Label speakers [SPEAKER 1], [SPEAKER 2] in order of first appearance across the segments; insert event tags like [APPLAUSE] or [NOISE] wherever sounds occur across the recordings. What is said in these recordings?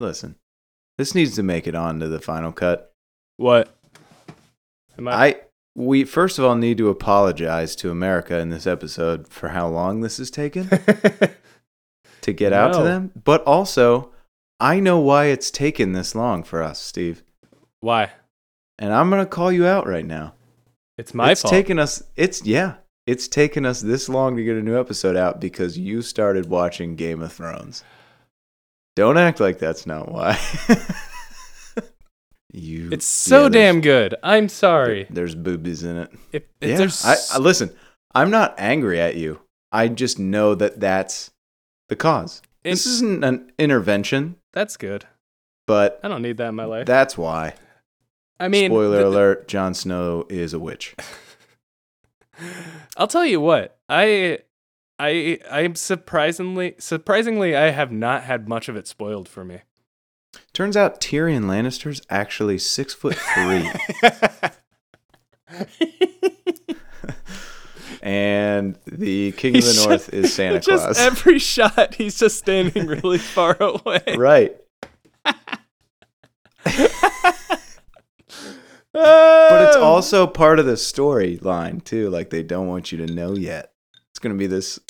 [SPEAKER 1] Listen, this needs to make it onto the final cut.
[SPEAKER 2] What? Am I?
[SPEAKER 1] I we first of all need to apologize to America in this episode for how long this has
[SPEAKER 2] [LAUGHS]
[SPEAKER 1] taken to get out to
[SPEAKER 2] No.
[SPEAKER 1] them, but also I know why it's taken this long for us, Steve.
[SPEAKER 2] Why?
[SPEAKER 1] And I'm gonna call you out right now.
[SPEAKER 2] It's my
[SPEAKER 1] it's
[SPEAKER 2] fault.
[SPEAKER 1] taken us. It's yeah. It's taken us this long to get a new episode out because you started watching Game of Thrones. Don't act like that's not why. [LAUGHS] you.
[SPEAKER 2] it's so
[SPEAKER 1] yeah, there's-
[SPEAKER 2] damn good. I'm sorry.
[SPEAKER 1] There's boobies in it.
[SPEAKER 2] If, if
[SPEAKER 1] Yeah.
[SPEAKER 2] there's,
[SPEAKER 1] I, I listen. I'm not angry at you. I just know that that's the cause. this
[SPEAKER 2] it-
[SPEAKER 1] isn't an intervention,
[SPEAKER 2] that's good.
[SPEAKER 1] but
[SPEAKER 2] I don't need that in my life.
[SPEAKER 1] that's why.
[SPEAKER 2] I mean,
[SPEAKER 1] spoiler
[SPEAKER 2] th-
[SPEAKER 1] alert: Jon Snow is a witch.
[SPEAKER 2] I'll tell you what. I I I'm surprisingly surprisingly I have not had much of it spoiled for me.
[SPEAKER 1] Turns out Tyrion Lannister's actually six foot
[SPEAKER 2] [LAUGHS]
[SPEAKER 1] three. [LAUGHS] and the King of
[SPEAKER 2] He's
[SPEAKER 1] the North is Santa
[SPEAKER 2] [LAUGHS] just
[SPEAKER 1] Claus.
[SPEAKER 2] every shot he's
[SPEAKER 1] [LAUGHS]
[SPEAKER 2] just standing really far away. [LAUGHS]
[SPEAKER 1] right. But it's
[SPEAKER 2] Oh.
[SPEAKER 1] also part of the storyline too. Like they don't want you to know yet. It's gonna be this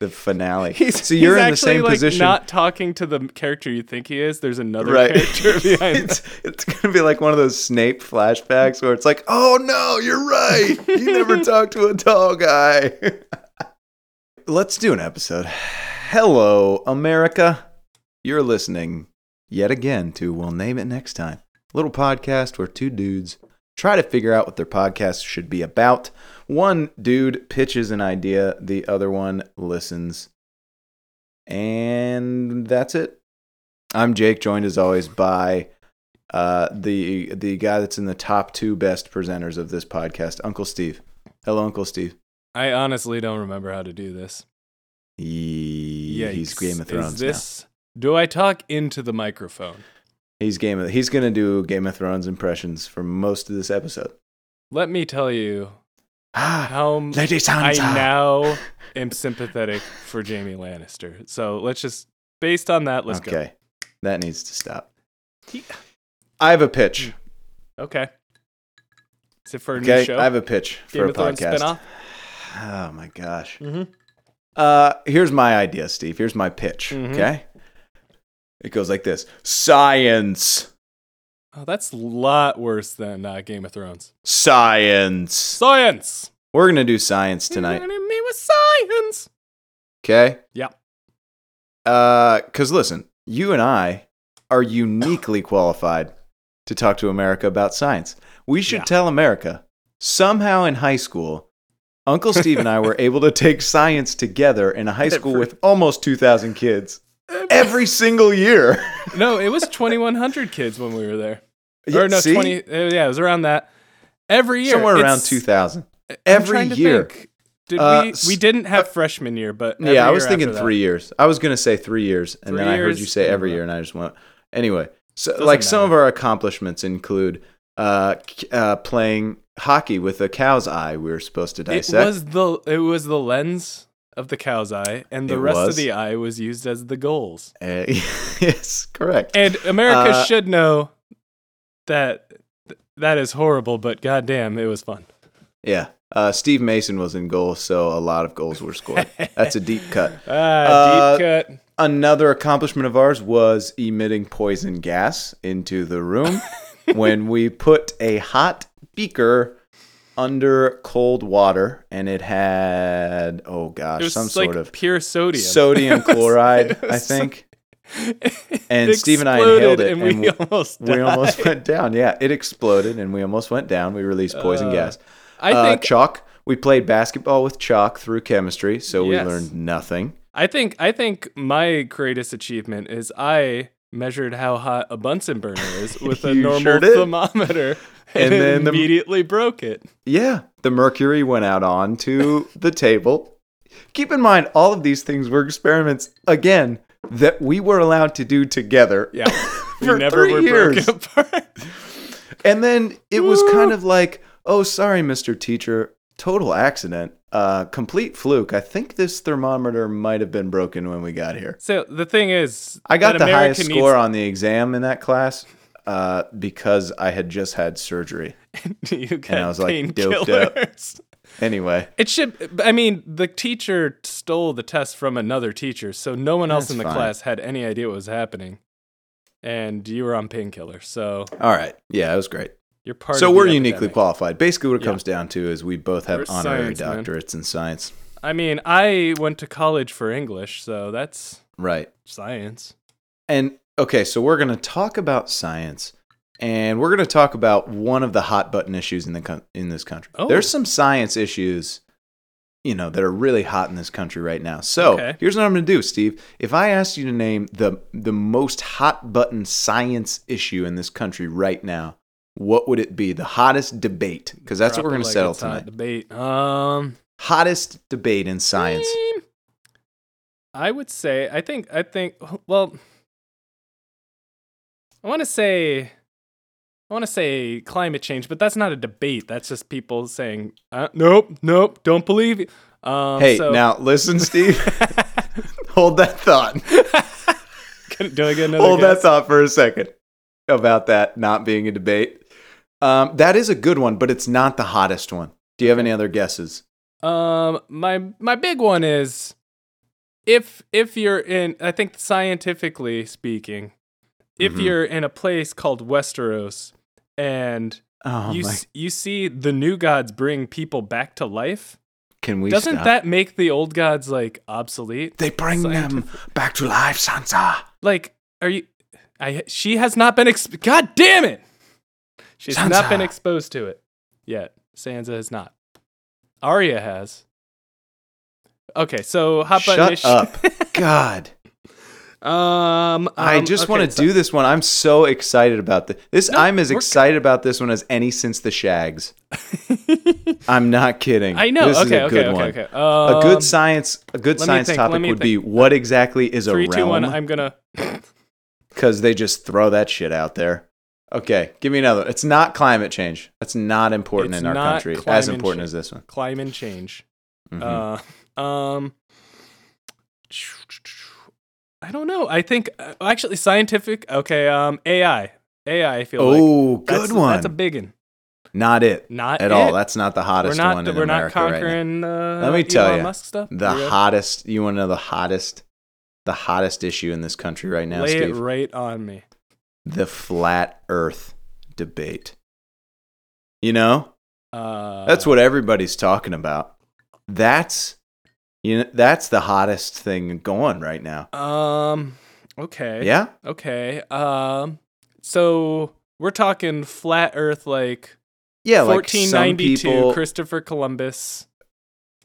[SPEAKER 1] the finale.
[SPEAKER 2] [LAUGHS] He's,
[SPEAKER 1] so you're
[SPEAKER 2] he's
[SPEAKER 1] in the
[SPEAKER 2] actually,
[SPEAKER 1] same
[SPEAKER 2] like,
[SPEAKER 1] position.
[SPEAKER 2] Not talking to the character you think he is. There's another
[SPEAKER 1] Right. [LAUGHS]
[SPEAKER 2] character behind.
[SPEAKER 1] it's, it's gonna be like one of those Snape flashbacks where it's like, oh no, you're right. You
[SPEAKER 2] [LAUGHS]
[SPEAKER 1] never talked to a tall guy. [LAUGHS] Let's do an episode. Hello, America. You're listening yet again to We'll Name It Next Time, a little podcast where two dudes try to figure out what their podcast should be about. One dude pitches an idea, the other one listens. And that's it. I'm Jake, joined as always by uh, the the guy that's in the top two best presenters of this podcast, Uncle Steve. Hello, Uncle Steve.
[SPEAKER 2] I honestly don't remember how to do this.
[SPEAKER 1] Yeah, he's
[SPEAKER 2] Yikes.
[SPEAKER 1] Game of
[SPEAKER 2] Is
[SPEAKER 1] Thrones now.
[SPEAKER 2] this? Do I talk into the microphone?
[SPEAKER 1] He's Game of. He's gonna do Game of Thrones impressions for most of this episode.
[SPEAKER 2] Let me tell you
[SPEAKER 1] Ah,
[SPEAKER 2] how m-
[SPEAKER 1] Lady
[SPEAKER 2] I
[SPEAKER 1] Sansa.
[SPEAKER 2] now am sympathetic for Jamie Lannister. So let's just, based on that, let's
[SPEAKER 1] okay, that needs to stop.
[SPEAKER 2] He-
[SPEAKER 1] I have a pitch.
[SPEAKER 2] go. Okay. Is it for a new
[SPEAKER 1] Okay,
[SPEAKER 2] show?
[SPEAKER 1] I have a pitch
[SPEAKER 2] Game
[SPEAKER 1] for
[SPEAKER 2] of
[SPEAKER 1] a
[SPEAKER 2] Thrones
[SPEAKER 1] podcast.
[SPEAKER 2] spinoff?
[SPEAKER 1] Oh my gosh.
[SPEAKER 2] Mhm.
[SPEAKER 1] Uh, here's my idea, Steve. Here's my pitch.
[SPEAKER 2] Mhm.
[SPEAKER 1] Okay. It goes like this: science,
[SPEAKER 2] Oh, that's a lot worse than uh, Game of Thrones.
[SPEAKER 1] science.
[SPEAKER 2] Science!
[SPEAKER 1] We're gonna do science tonight.
[SPEAKER 2] [LAUGHS] You're hitting me with science!
[SPEAKER 1] Okay.
[SPEAKER 2] Yeah.
[SPEAKER 1] Uh, cause listen, you and I are
[SPEAKER 2] [COUGHS]
[SPEAKER 1] uniquely qualified to talk to America about science. We should
[SPEAKER 2] Yeah.
[SPEAKER 1] tell America somehow in high school, Uncle Steve and I
[SPEAKER 2] [LAUGHS]
[SPEAKER 1] were able to take science together in a high school
[SPEAKER 2] Every-
[SPEAKER 1] with almost 2,000 kids every single year.
[SPEAKER 2] no, it was 2,100 kids when we were there.
[SPEAKER 1] Yeah,
[SPEAKER 2] or
[SPEAKER 1] [LAUGHS]
[SPEAKER 2] no,
[SPEAKER 1] see?
[SPEAKER 2] 20. uh, yeah, it was around that. Every year.
[SPEAKER 1] somewhere around
[SPEAKER 2] it's-
[SPEAKER 1] 2,000.
[SPEAKER 2] I'm
[SPEAKER 1] every
[SPEAKER 2] trying to
[SPEAKER 1] year.
[SPEAKER 2] think. Did
[SPEAKER 1] Uh,
[SPEAKER 2] we,
[SPEAKER 1] s-
[SPEAKER 2] we didn't have freshman year, but. every
[SPEAKER 1] Yeah, I was
[SPEAKER 2] year
[SPEAKER 1] thinking
[SPEAKER 2] after that.
[SPEAKER 1] three years. I was gonna say three years, and
[SPEAKER 2] Three
[SPEAKER 1] then I heard
[SPEAKER 2] years,
[SPEAKER 1] you say every
[SPEAKER 2] yeah.
[SPEAKER 1] year, and I just went anyway. So,
[SPEAKER 2] Doesn't
[SPEAKER 1] like, some of
[SPEAKER 2] matter.
[SPEAKER 1] our accomplishments include uh, c- uh, playing hockey with a cow's eye. We were supposed to
[SPEAKER 2] It
[SPEAKER 1] dissect.
[SPEAKER 2] was, the, it was the lens of the cow's eye, and the
[SPEAKER 1] It
[SPEAKER 2] rest
[SPEAKER 1] was?
[SPEAKER 2] of the eye was used as the goals.
[SPEAKER 1] Uh, [LAUGHS] yes, correct.
[SPEAKER 2] And America
[SPEAKER 1] Uh,
[SPEAKER 2] should know that th- that is horrible, but goddamn, it was fun.
[SPEAKER 1] yeah, uh, Steve Mason was in goal, so a lot of goals were
[SPEAKER 2] [LAUGHS]
[SPEAKER 1] scored. That's a deep cut.
[SPEAKER 2] Ah,
[SPEAKER 1] Uh,
[SPEAKER 2] deep cut.
[SPEAKER 1] Another accomplishment of ours was emitting poison gas into the
[SPEAKER 2] [LAUGHS]
[SPEAKER 1] room when we put a hot beaker under cold water and it had oh
[SPEAKER 2] It
[SPEAKER 1] gosh
[SPEAKER 2] was
[SPEAKER 1] some
[SPEAKER 2] like
[SPEAKER 1] sort of
[SPEAKER 2] pure sodium.
[SPEAKER 1] sodium chloride
[SPEAKER 2] [LAUGHS] it was
[SPEAKER 1] I
[SPEAKER 2] so-
[SPEAKER 1] think
[SPEAKER 2] [LAUGHS]
[SPEAKER 1] and Steve and I inhaled
[SPEAKER 2] exploded
[SPEAKER 1] it
[SPEAKER 2] and,
[SPEAKER 1] and
[SPEAKER 2] we
[SPEAKER 1] we-
[SPEAKER 2] almost
[SPEAKER 1] we
[SPEAKER 2] died.
[SPEAKER 1] almost went down yeah it exploded and we almost went down we released poison
[SPEAKER 2] Uh,
[SPEAKER 1] gas
[SPEAKER 2] I
[SPEAKER 1] Uh,
[SPEAKER 2] think
[SPEAKER 1] chalk we played basketball with chalk through chemistry so
[SPEAKER 2] Yes.
[SPEAKER 1] we learned nothing
[SPEAKER 2] I think I think my greatest achievement is I measured how hot a Bunsen burner
[SPEAKER 1] [LAUGHS]
[SPEAKER 2] is with a
[SPEAKER 1] You
[SPEAKER 2] normal
[SPEAKER 1] sure did.
[SPEAKER 2] thermometer
[SPEAKER 1] [LAUGHS] And
[SPEAKER 2] and,
[SPEAKER 1] then the-
[SPEAKER 2] immediately broke it.
[SPEAKER 1] Yeah, the mercury went out onto the table. Keep in mind, all of these things were experiments, again, that we were allowed to do together. [LAUGHS]
[SPEAKER 2] Yeah.
[SPEAKER 1] For
[SPEAKER 2] [LAUGHS] we never
[SPEAKER 1] three
[SPEAKER 2] were
[SPEAKER 1] years.
[SPEAKER 2] broken [LAUGHS] apart.
[SPEAKER 1] And then it was
[SPEAKER 2] Woo.
[SPEAKER 1] kind of like, oh, sorry, Mr. Teacher, total accident. Uh, complete fluke. I think this thermometer might have been broken when we got here.
[SPEAKER 2] So the thing is,
[SPEAKER 1] I got
[SPEAKER 2] that
[SPEAKER 1] the
[SPEAKER 2] America
[SPEAKER 1] highest
[SPEAKER 2] needs-
[SPEAKER 1] score on the exam in that class uh, because I had just had surgery.
[SPEAKER 2] [LAUGHS] you got
[SPEAKER 1] I was, like, doped up.
[SPEAKER 2] painkillers.
[SPEAKER 1] Anyway,
[SPEAKER 2] It should. I mean, the teacher stole the test from another teacher, so no one else
[SPEAKER 1] That's
[SPEAKER 2] in the
[SPEAKER 1] fine.
[SPEAKER 2] class had any idea what was happening. And you were on painkiller, so
[SPEAKER 1] all right. Yeah, it was great.
[SPEAKER 2] you're part.
[SPEAKER 1] so
[SPEAKER 2] of the
[SPEAKER 1] we're uniquely
[SPEAKER 2] epidemic.
[SPEAKER 1] qualified. Basically, what it
[SPEAKER 2] Yeah.
[SPEAKER 1] comes down to is we both have
[SPEAKER 2] We're
[SPEAKER 1] honorary
[SPEAKER 2] science, man.
[SPEAKER 1] doctorates in science.
[SPEAKER 2] I mean, I went to college for English, so that's
[SPEAKER 1] Right.
[SPEAKER 2] science.
[SPEAKER 1] And okay, so we're going to talk about science, and we're going to talk about one of the hot button issues in the coun in this country.
[SPEAKER 2] Oh.
[SPEAKER 1] There's some science issues, you know, that are really hot in this country right now. So
[SPEAKER 2] Okay.
[SPEAKER 1] here's what I'm going to do, Steve. If I asked you to name the the most hot button science issue in this country right now, what would it be? The hottest debate, because that's what we're
[SPEAKER 2] Drop
[SPEAKER 1] going
[SPEAKER 2] it
[SPEAKER 1] to settle
[SPEAKER 2] like it's hot
[SPEAKER 1] tonight.
[SPEAKER 2] Debate. Um,
[SPEAKER 1] Hottest debate in science.
[SPEAKER 2] mm, I would say. I think. I think. Well, I want to say. I want to say climate change, but that's not a debate. That's just people saying, uh, "Nope, nope, don't believe you." Um,
[SPEAKER 1] Hey,
[SPEAKER 2] so-
[SPEAKER 1] now listen, [LAUGHS] Steve. Hold that thought.
[SPEAKER 2] [LAUGHS] Can- do I get another?
[SPEAKER 1] Hold that
[SPEAKER 2] guess?
[SPEAKER 1] thought for a second about that not being a debate. Um, that is a good one, but it's not the hottest one. Do you have any other guesses?
[SPEAKER 2] Um, my my big one is if if you're in, I think scientifically speaking, if
[SPEAKER 1] Mhm.
[SPEAKER 2] you're in a place called Westeros and
[SPEAKER 1] Oh
[SPEAKER 2] you
[SPEAKER 1] my!
[SPEAKER 2] s- you see the new gods bring people back to life,
[SPEAKER 1] Can we?
[SPEAKER 2] doesn't
[SPEAKER 1] stop?
[SPEAKER 2] that make the old gods like obsolete?
[SPEAKER 1] they bring them back to life, Sansa?
[SPEAKER 2] Like, are you? I she has not been. Exp- God damn it! She's not been
[SPEAKER 1] Sansa.
[SPEAKER 2] exposed to it yet. Sansa has not. Arya has. Okay, so hot button
[SPEAKER 1] Shut [LAUGHS] up, God!
[SPEAKER 2] Um,
[SPEAKER 1] I just want to do this one. I'm so excited about this. This
[SPEAKER 2] No,
[SPEAKER 1] I'm as
[SPEAKER 2] we're-
[SPEAKER 1] excited about this one as any since the Shags. [LAUGHS] I'm not kidding.
[SPEAKER 2] I know.
[SPEAKER 1] This
[SPEAKER 2] okay,
[SPEAKER 1] is a
[SPEAKER 2] okay,
[SPEAKER 1] good
[SPEAKER 2] okay,
[SPEAKER 1] one.
[SPEAKER 2] okay.
[SPEAKER 1] A
[SPEAKER 2] Um,
[SPEAKER 1] good science, a good
[SPEAKER 2] let me
[SPEAKER 1] science
[SPEAKER 2] think, let
[SPEAKER 1] topic
[SPEAKER 2] me
[SPEAKER 1] would be what exactly is a
[SPEAKER 2] Three, two, one.
[SPEAKER 1] realm?
[SPEAKER 2] I'm gonna.
[SPEAKER 1] because they just throw that shit out there. Okay, give me another. It's not climate change. That's not important
[SPEAKER 2] It's
[SPEAKER 1] in our
[SPEAKER 2] not
[SPEAKER 1] country.
[SPEAKER 2] climate
[SPEAKER 1] As important
[SPEAKER 2] change.
[SPEAKER 1] as this one.
[SPEAKER 2] climb and change.
[SPEAKER 1] Mhm.
[SPEAKER 2] Uh, um, [SNIFFS] I don't know. I think uh, actually scientific. Okay. Um, AI. AI. I feel like
[SPEAKER 1] oh, good
[SPEAKER 2] That's-
[SPEAKER 1] one.
[SPEAKER 2] That's a big one.
[SPEAKER 1] not it
[SPEAKER 2] Not
[SPEAKER 1] at
[SPEAKER 2] it.
[SPEAKER 1] all. That's not the
[SPEAKER 2] We're
[SPEAKER 1] hottest
[SPEAKER 2] not.
[SPEAKER 1] one in
[SPEAKER 2] We're not
[SPEAKER 1] America right
[SPEAKER 2] conquering. uh,
[SPEAKER 1] Let me
[SPEAKER 2] Elon
[SPEAKER 1] tell ya,
[SPEAKER 2] Musk stuff.
[SPEAKER 1] now. The
[SPEAKER 2] Yeah.
[SPEAKER 1] hottest. You want to know the hottest? The hottest issue in this country right now,
[SPEAKER 2] Lay
[SPEAKER 1] Steve.
[SPEAKER 2] it right on me.
[SPEAKER 1] the flat Earth debate. You know,
[SPEAKER 2] Uh,
[SPEAKER 1] that's what everybody's talking about. That's you know, that's the hottest thing going right now.
[SPEAKER 2] Um. Okay.
[SPEAKER 1] Yeah.
[SPEAKER 2] Okay. Um. So we're talking flat Earth, like
[SPEAKER 1] Yeah, like some
[SPEAKER 2] 1492.
[SPEAKER 1] people.
[SPEAKER 2] Christopher Columbus.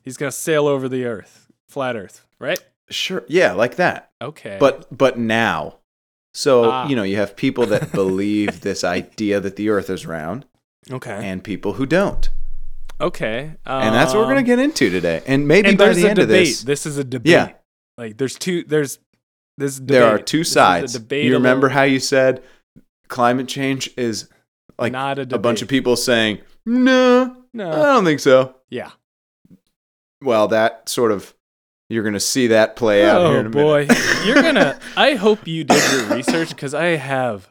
[SPEAKER 2] He's gonna sail over the Earth, flat Earth, right?
[SPEAKER 1] sure, yeah, like that.
[SPEAKER 2] Okay.
[SPEAKER 1] But but now, so
[SPEAKER 2] Ah.
[SPEAKER 1] you know, you have people that
[SPEAKER 2] [LAUGHS]
[SPEAKER 1] believe this idea that the Earth is round,
[SPEAKER 2] okay.
[SPEAKER 1] and people who don't,
[SPEAKER 2] okay. Um,
[SPEAKER 1] and that's what we're gonna get into today. And maybe
[SPEAKER 2] And
[SPEAKER 1] by
[SPEAKER 2] there's
[SPEAKER 1] the
[SPEAKER 2] a
[SPEAKER 1] end
[SPEAKER 2] debate.
[SPEAKER 1] of this,
[SPEAKER 2] is a debate.
[SPEAKER 1] Yeah.
[SPEAKER 2] Like there's two. There's this. Debate.
[SPEAKER 1] there are two
[SPEAKER 2] This is a
[SPEAKER 1] sides. You
[SPEAKER 2] debatable-
[SPEAKER 1] remember how you said climate change is like
[SPEAKER 2] not a,
[SPEAKER 1] a bunch of
[SPEAKER 2] debate. Uh.
[SPEAKER 1] people saying, "No,
[SPEAKER 2] No.
[SPEAKER 1] I don't think so."
[SPEAKER 2] yeah.
[SPEAKER 1] Well, that sort of you're gonna see that play out here
[SPEAKER 2] Oh
[SPEAKER 1] in a minute.
[SPEAKER 2] boy, [LAUGHS] you're gonna. I hope you did your research because I have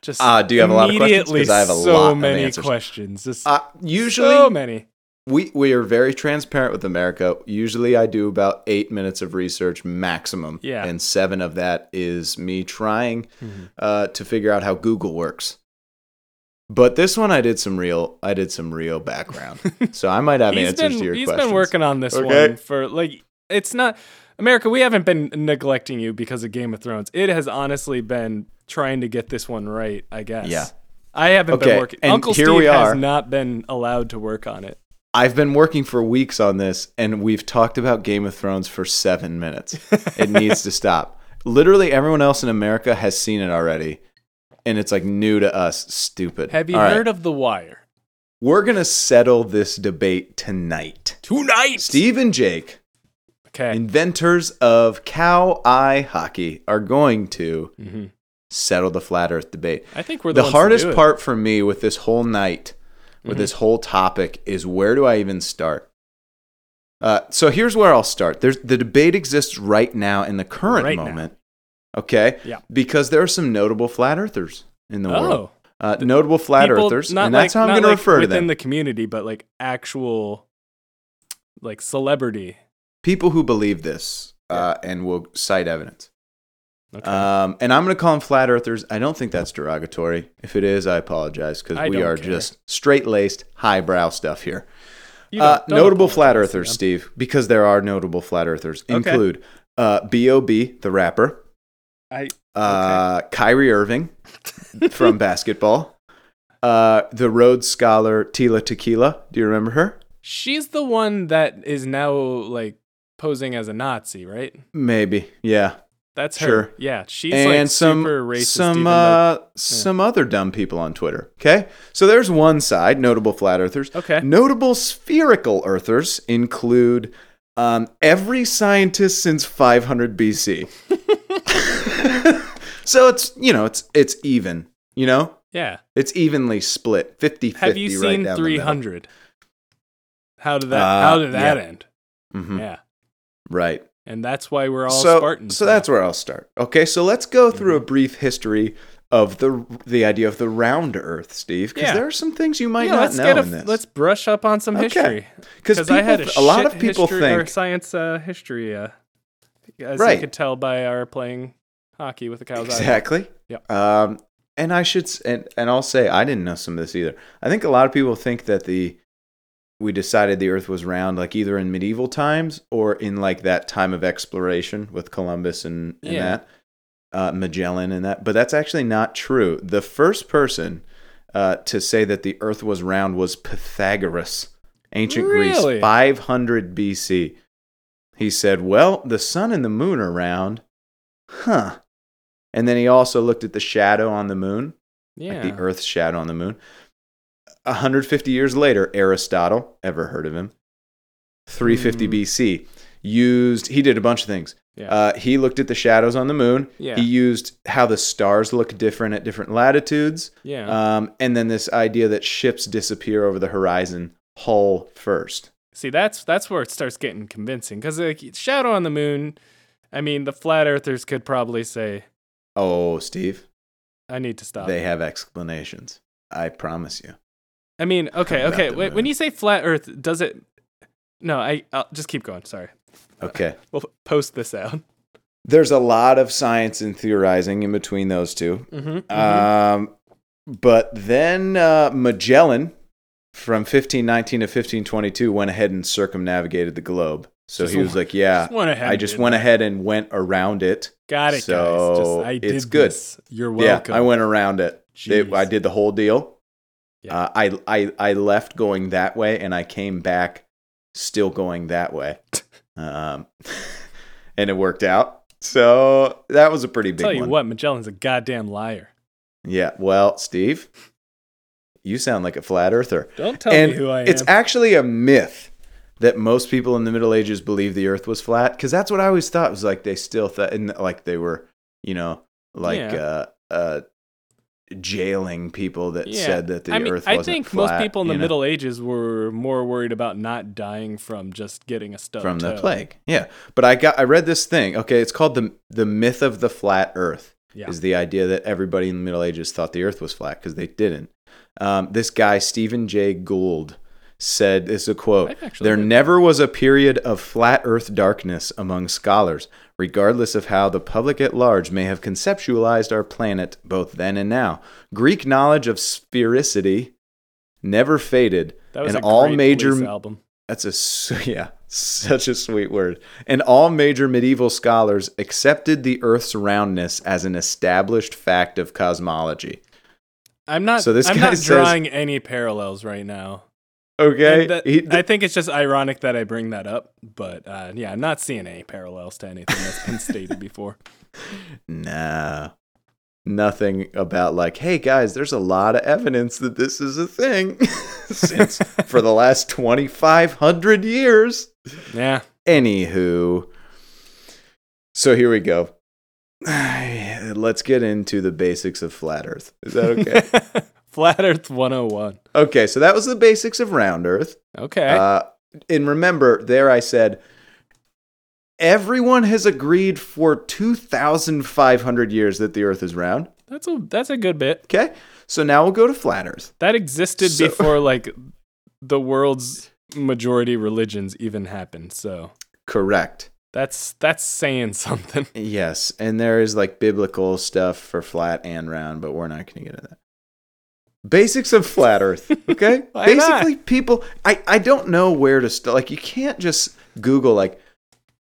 [SPEAKER 2] just.
[SPEAKER 1] Ah, do you have a lot of questions?
[SPEAKER 2] immediately
[SPEAKER 1] 'Cause I have a
[SPEAKER 2] so
[SPEAKER 1] lot of
[SPEAKER 2] many
[SPEAKER 1] answers.
[SPEAKER 2] questions. Just
[SPEAKER 1] Uh, usually,
[SPEAKER 2] so many.
[SPEAKER 1] We we are very transparent with America. Usually, I do about eight minutes of research maximum.
[SPEAKER 2] Yeah.
[SPEAKER 1] and seven of that is me trying
[SPEAKER 2] Mm-hmm.
[SPEAKER 1] uh, to figure out how Google works. But this one, I did some real, I did some real
[SPEAKER 2] [LAUGHS]
[SPEAKER 1] background, so I might have
[SPEAKER 2] He's
[SPEAKER 1] answers
[SPEAKER 2] been
[SPEAKER 1] to your
[SPEAKER 2] he's
[SPEAKER 1] questions.
[SPEAKER 2] been working on this
[SPEAKER 1] Okay.
[SPEAKER 2] one for like it's not America. We haven't been neglecting you because of Game of Thrones. It has honestly been trying to get this one right. I guess.
[SPEAKER 1] Yeah.
[SPEAKER 2] I haven't
[SPEAKER 1] Okay,
[SPEAKER 2] been working.
[SPEAKER 1] and
[SPEAKER 2] Uncle
[SPEAKER 1] here
[SPEAKER 2] Steve
[SPEAKER 1] we are.
[SPEAKER 2] has not been allowed to work on it.
[SPEAKER 1] I've been working for weeks on this, and we've talked about Game of Thrones for seven minutes.
[SPEAKER 2] [LAUGHS]
[SPEAKER 1] it needs to stop. Literally, everyone else in America has seen it already, and it's like new to us. Stupid.
[SPEAKER 2] Have you
[SPEAKER 1] All right.
[SPEAKER 2] heard of The Wire?
[SPEAKER 1] We're gonna settle this debate tonight.
[SPEAKER 2] Tonight,
[SPEAKER 1] Steve and Jake,
[SPEAKER 2] Okay.
[SPEAKER 1] inventors of cow eye hockey, are going to
[SPEAKER 2] Mhm.
[SPEAKER 1] settle the flat Earth debate.
[SPEAKER 2] I think we're
[SPEAKER 1] The,
[SPEAKER 2] the, ones to
[SPEAKER 1] hardest
[SPEAKER 2] do it. Mm-hmm.
[SPEAKER 1] part for me with this whole night, with this whole topic, is where do I even start? Uh, so here's where I'll start. There's the debate exists right now in the current
[SPEAKER 2] Right now.
[SPEAKER 1] moment. Okay.
[SPEAKER 2] Yeah.
[SPEAKER 1] Because there are some notable flat earthers in the world.
[SPEAKER 2] Oh,
[SPEAKER 1] Uh, notable flat
[SPEAKER 2] People-
[SPEAKER 1] earthers,
[SPEAKER 2] not
[SPEAKER 1] and that's
[SPEAKER 2] like-
[SPEAKER 1] how I'm
[SPEAKER 2] not
[SPEAKER 1] going
[SPEAKER 2] like
[SPEAKER 1] to refer to
[SPEAKER 2] within
[SPEAKER 1] them.
[SPEAKER 2] the community, but like actual, like celebrity.
[SPEAKER 1] People who believe this uh, and will cite evidence.
[SPEAKER 2] Okay.
[SPEAKER 1] Um, and I'm going to call them flat earthers. I don't think that's derogatory. If it is, I apologize
[SPEAKER 2] I
[SPEAKER 1] because we
[SPEAKER 2] don't
[SPEAKER 1] are
[SPEAKER 2] care.
[SPEAKER 1] just straight laced, highbrow stuff here.
[SPEAKER 2] You
[SPEAKER 1] Uh,
[SPEAKER 2] don't- don't
[SPEAKER 1] notable
[SPEAKER 2] apologize
[SPEAKER 1] flat
[SPEAKER 2] to
[SPEAKER 1] earthers,
[SPEAKER 2] them.
[SPEAKER 1] Steve, because there are notable flat earthers,
[SPEAKER 2] Okay.
[SPEAKER 1] include uh, B.O.B., the rapper,
[SPEAKER 2] I
[SPEAKER 1] uh, Kyrie Irving [LAUGHS] from basketball, uh, the Rhodes Scholar Tila Tequila. Do you remember her?
[SPEAKER 2] She's the one that is now like posing as a Nazi, right?
[SPEAKER 1] Maybe, yeah.
[SPEAKER 2] That's her.
[SPEAKER 1] Sure.
[SPEAKER 2] Yeah, she's
[SPEAKER 1] and
[SPEAKER 2] like
[SPEAKER 1] some
[SPEAKER 2] super racist.
[SPEAKER 1] some
[SPEAKER 2] even
[SPEAKER 1] uh, some other dumb people on Twitter. Okay, so there's one side notable flat earthers.
[SPEAKER 2] though- okay.
[SPEAKER 1] Notable spherical earthers include um, every scientist since 500 BC. [LAUGHS] so it's, you know, it's it's even, you know?
[SPEAKER 2] Yeah.
[SPEAKER 1] It's evenly split, 50
[SPEAKER 2] Have you
[SPEAKER 1] right
[SPEAKER 2] seen
[SPEAKER 1] down the middle.
[SPEAKER 2] 300? How did that
[SPEAKER 1] Uh,
[SPEAKER 2] How did that
[SPEAKER 1] yeah.
[SPEAKER 2] end?
[SPEAKER 1] Mhm,
[SPEAKER 2] Yeah.
[SPEAKER 1] Right.
[SPEAKER 2] And that's why we're all
[SPEAKER 1] so,
[SPEAKER 2] Spartans. Mm-hmm.
[SPEAKER 1] So
[SPEAKER 2] now.
[SPEAKER 1] that's where I'll start. Okay, so let's go through a brief history of the the idea of the round Earth, Steve, because
[SPEAKER 2] Yeah.
[SPEAKER 1] there are some things you might
[SPEAKER 2] yeah,
[SPEAKER 1] not
[SPEAKER 2] let's
[SPEAKER 1] know
[SPEAKER 2] get a,
[SPEAKER 1] in this.
[SPEAKER 2] let's brush up on some
[SPEAKER 1] Okay.
[SPEAKER 2] history
[SPEAKER 1] 'Cause
[SPEAKER 2] I had a,
[SPEAKER 1] people- a lot
[SPEAKER 2] shit
[SPEAKER 1] of people
[SPEAKER 2] history, or
[SPEAKER 1] think-
[SPEAKER 2] science uh, history uh, as
[SPEAKER 1] Right.
[SPEAKER 2] you could tell by our playing hockey with the cows eye.
[SPEAKER 1] exactly.
[SPEAKER 2] Yep.
[SPEAKER 1] Um, and I should s- and and I'll say I didn't know some of this either. I think a lot of people think that the we decided the Earth was round, like either in medieval times or in like that time of exploration with Columbus and, and
[SPEAKER 2] Yeah.
[SPEAKER 1] that uh, Magellan and that. But that's actually not true. The first person uh, to say that the Earth was round was Pythagoras, ancient
[SPEAKER 2] Really?
[SPEAKER 1] Greece, 500 BC. He said, "Well, the sun and the moon are round, huh?" And then he also looked at the shadow on the moon,
[SPEAKER 2] Yeah.
[SPEAKER 1] like the Earth's shadow on the moon. 150 years later, Aristotle, ever heard of him? 350
[SPEAKER 2] Hmm.
[SPEAKER 1] BC, used, he did a bunch of things.
[SPEAKER 2] yeah.
[SPEAKER 1] Uh, he looked at the shadows on the moon.
[SPEAKER 2] Yeah.
[SPEAKER 1] He used how the stars look different at different latitudes.
[SPEAKER 2] yeah.
[SPEAKER 1] Um, and then this idea that ships disappear over the horizon hull first.
[SPEAKER 2] See, that's that's where it starts getting convincing because like Shadow on the Moon. I mean, the flat earthers could probably say,
[SPEAKER 1] Oh, Steve,
[SPEAKER 2] "I need to stop."
[SPEAKER 1] they have explanations. I promise you.
[SPEAKER 2] I mean, okay,
[SPEAKER 1] About
[SPEAKER 2] okay.
[SPEAKER 1] the
[SPEAKER 2] Wait, when
[SPEAKER 1] moon.
[SPEAKER 2] you say flat Earth, does it? No, I I'll just keep going. Sorry,
[SPEAKER 1] Okay.
[SPEAKER 2] we'll post this out.
[SPEAKER 1] There's a lot of science and theorizing in between those two.
[SPEAKER 2] Mm-hmm.
[SPEAKER 1] Um, but then uh, Magellan, from 1519 to 1522, went ahead and circumnavigated the globe. So
[SPEAKER 2] Just
[SPEAKER 1] he was like, "Yeah,
[SPEAKER 2] just went ahead
[SPEAKER 1] I
[SPEAKER 2] and
[SPEAKER 1] just
[SPEAKER 2] did
[SPEAKER 1] went
[SPEAKER 2] that.
[SPEAKER 1] ahead and went around it.
[SPEAKER 2] Got it, guys.
[SPEAKER 1] so
[SPEAKER 2] Just, I did
[SPEAKER 1] it's good.
[SPEAKER 2] this. You're welcome.
[SPEAKER 1] Yeah, I went around it. It-
[SPEAKER 2] Jeez.
[SPEAKER 1] I did the whole deal.
[SPEAKER 2] Yeah.
[SPEAKER 1] Uh, I I I left going that way, and I came back still going that
[SPEAKER 2] [LAUGHS]
[SPEAKER 1] way, um, [LAUGHS] and it worked out. So that was a pretty big
[SPEAKER 2] Tell you
[SPEAKER 1] one.
[SPEAKER 2] what, Magellan's a goddamn liar.
[SPEAKER 1] Yeah. Well, Steve, you sound like a flat earther.
[SPEAKER 2] Don't [LAUGHS] tell
[SPEAKER 1] and
[SPEAKER 2] me who I am.
[SPEAKER 1] it's actually a myth that most people in the Middle Ages believed the Earth was flat because that's what I always thought was like they still thought and like they were you know like
[SPEAKER 2] Yeah.
[SPEAKER 1] uh, uh, jailing people that
[SPEAKER 2] Yeah.
[SPEAKER 1] said that the
[SPEAKER 2] I mean,
[SPEAKER 1] Earth
[SPEAKER 2] I
[SPEAKER 1] wasn't
[SPEAKER 2] think
[SPEAKER 1] flat,
[SPEAKER 2] most people in the
[SPEAKER 1] you know,
[SPEAKER 2] Middle Ages were more worried about not dying from just getting a stub
[SPEAKER 1] from the
[SPEAKER 2] toe.
[SPEAKER 1] plague. Yeah, but I got I read this thing. Okay, it's called the the myth of the flat Earth.
[SPEAKER 2] Yeah.
[SPEAKER 1] Is the idea that everybody in the Middle Ages thought the Earth was flat because they didn't. Um, this guy Stephen Jay Gould said this is a quote.
[SPEAKER 2] I've actually
[SPEAKER 1] There
[SPEAKER 2] heard
[SPEAKER 1] never was a period of flat earth darkness among scholars, regardless of how the public at large may have conceptualized our planet both then and now. Greek knowledge of sphericity never faded,
[SPEAKER 2] That was
[SPEAKER 1] and
[SPEAKER 2] a
[SPEAKER 1] all
[SPEAKER 2] great
[SPEAKER 1] major
[SPEAKER 2] Police album.
[SPEAKER 1] that's a s- [LAUGHS] yeah, such a sweet word. And all major medieval scholars accepted the earth's roundness as an established fact of cosmology.
[SPEAKER 2] I'm not.
[SPEAKER 1] So this
[SPEAKER 2] I'm
[SPEAKER 1] guy
[SPEAKER 2] not
[SPEAKER 1] says-
[SPEAKER 2] drawing any parallels right now.
[SPEAKER 1] Okay?
[SPEAKER 2] And that-
[SPEAKER 1] He-
[SPEAKER 2] I think it's just ironic that I bring that up, but uh, yeah, I'm not seeing any parallels to anything that's been stated before. [LAUGHS]
[SPEAKER 1] Nah. Nothing about like, hey guys, there's a lot of evidence that this is a thing [LAUGHS] since for the last 2500 years.
[SPEAKER 2] Yeah, [LAUGHS]
[SPEAKER 1] Anywho, so here we go. [SIGHS] Let's get into the basics of flat earth. Is that
[SPEAKER 2] [LAUGHS]
[SPEAKER 1] okay?
[SPEAKER 2] Flat Earth 101.
[SPEAKER 1] okay, so that was the basics of round earth.
[SPEAKER 2] Okay,
[SPEAKER 1] Uh and remember there I said everyone has agreed for 2500 years that the earth is round.
[SPEAKER 2] That's a that's a good bit.
[SPEAKER 1] Okay? So now we'll go to flat earth.
[SPEAKER 2] That existed
[SPEAKER 1] So-
[SPEAKER 2] before like
[SPEAKER 1] [LAUGHS]
[SPEAKER 2] the world's majority religions even happened. So
[SPEAKER 1] Correct.
[SPEAKER 2] that's that's saying [LAUGHS] something.
[SPEAKER 1] Yes, and there is like biblical stuff for flat and round, but we're not going to get into that. Basics of flat
[SPEAKER 2] [LAUGHS]
[SPEAKER 1] Earth. Okay,
[SPEAKER 2] Why not?
[SPEAKER 1] basically, people. I I don't know where to start. Like, you can't just Google like,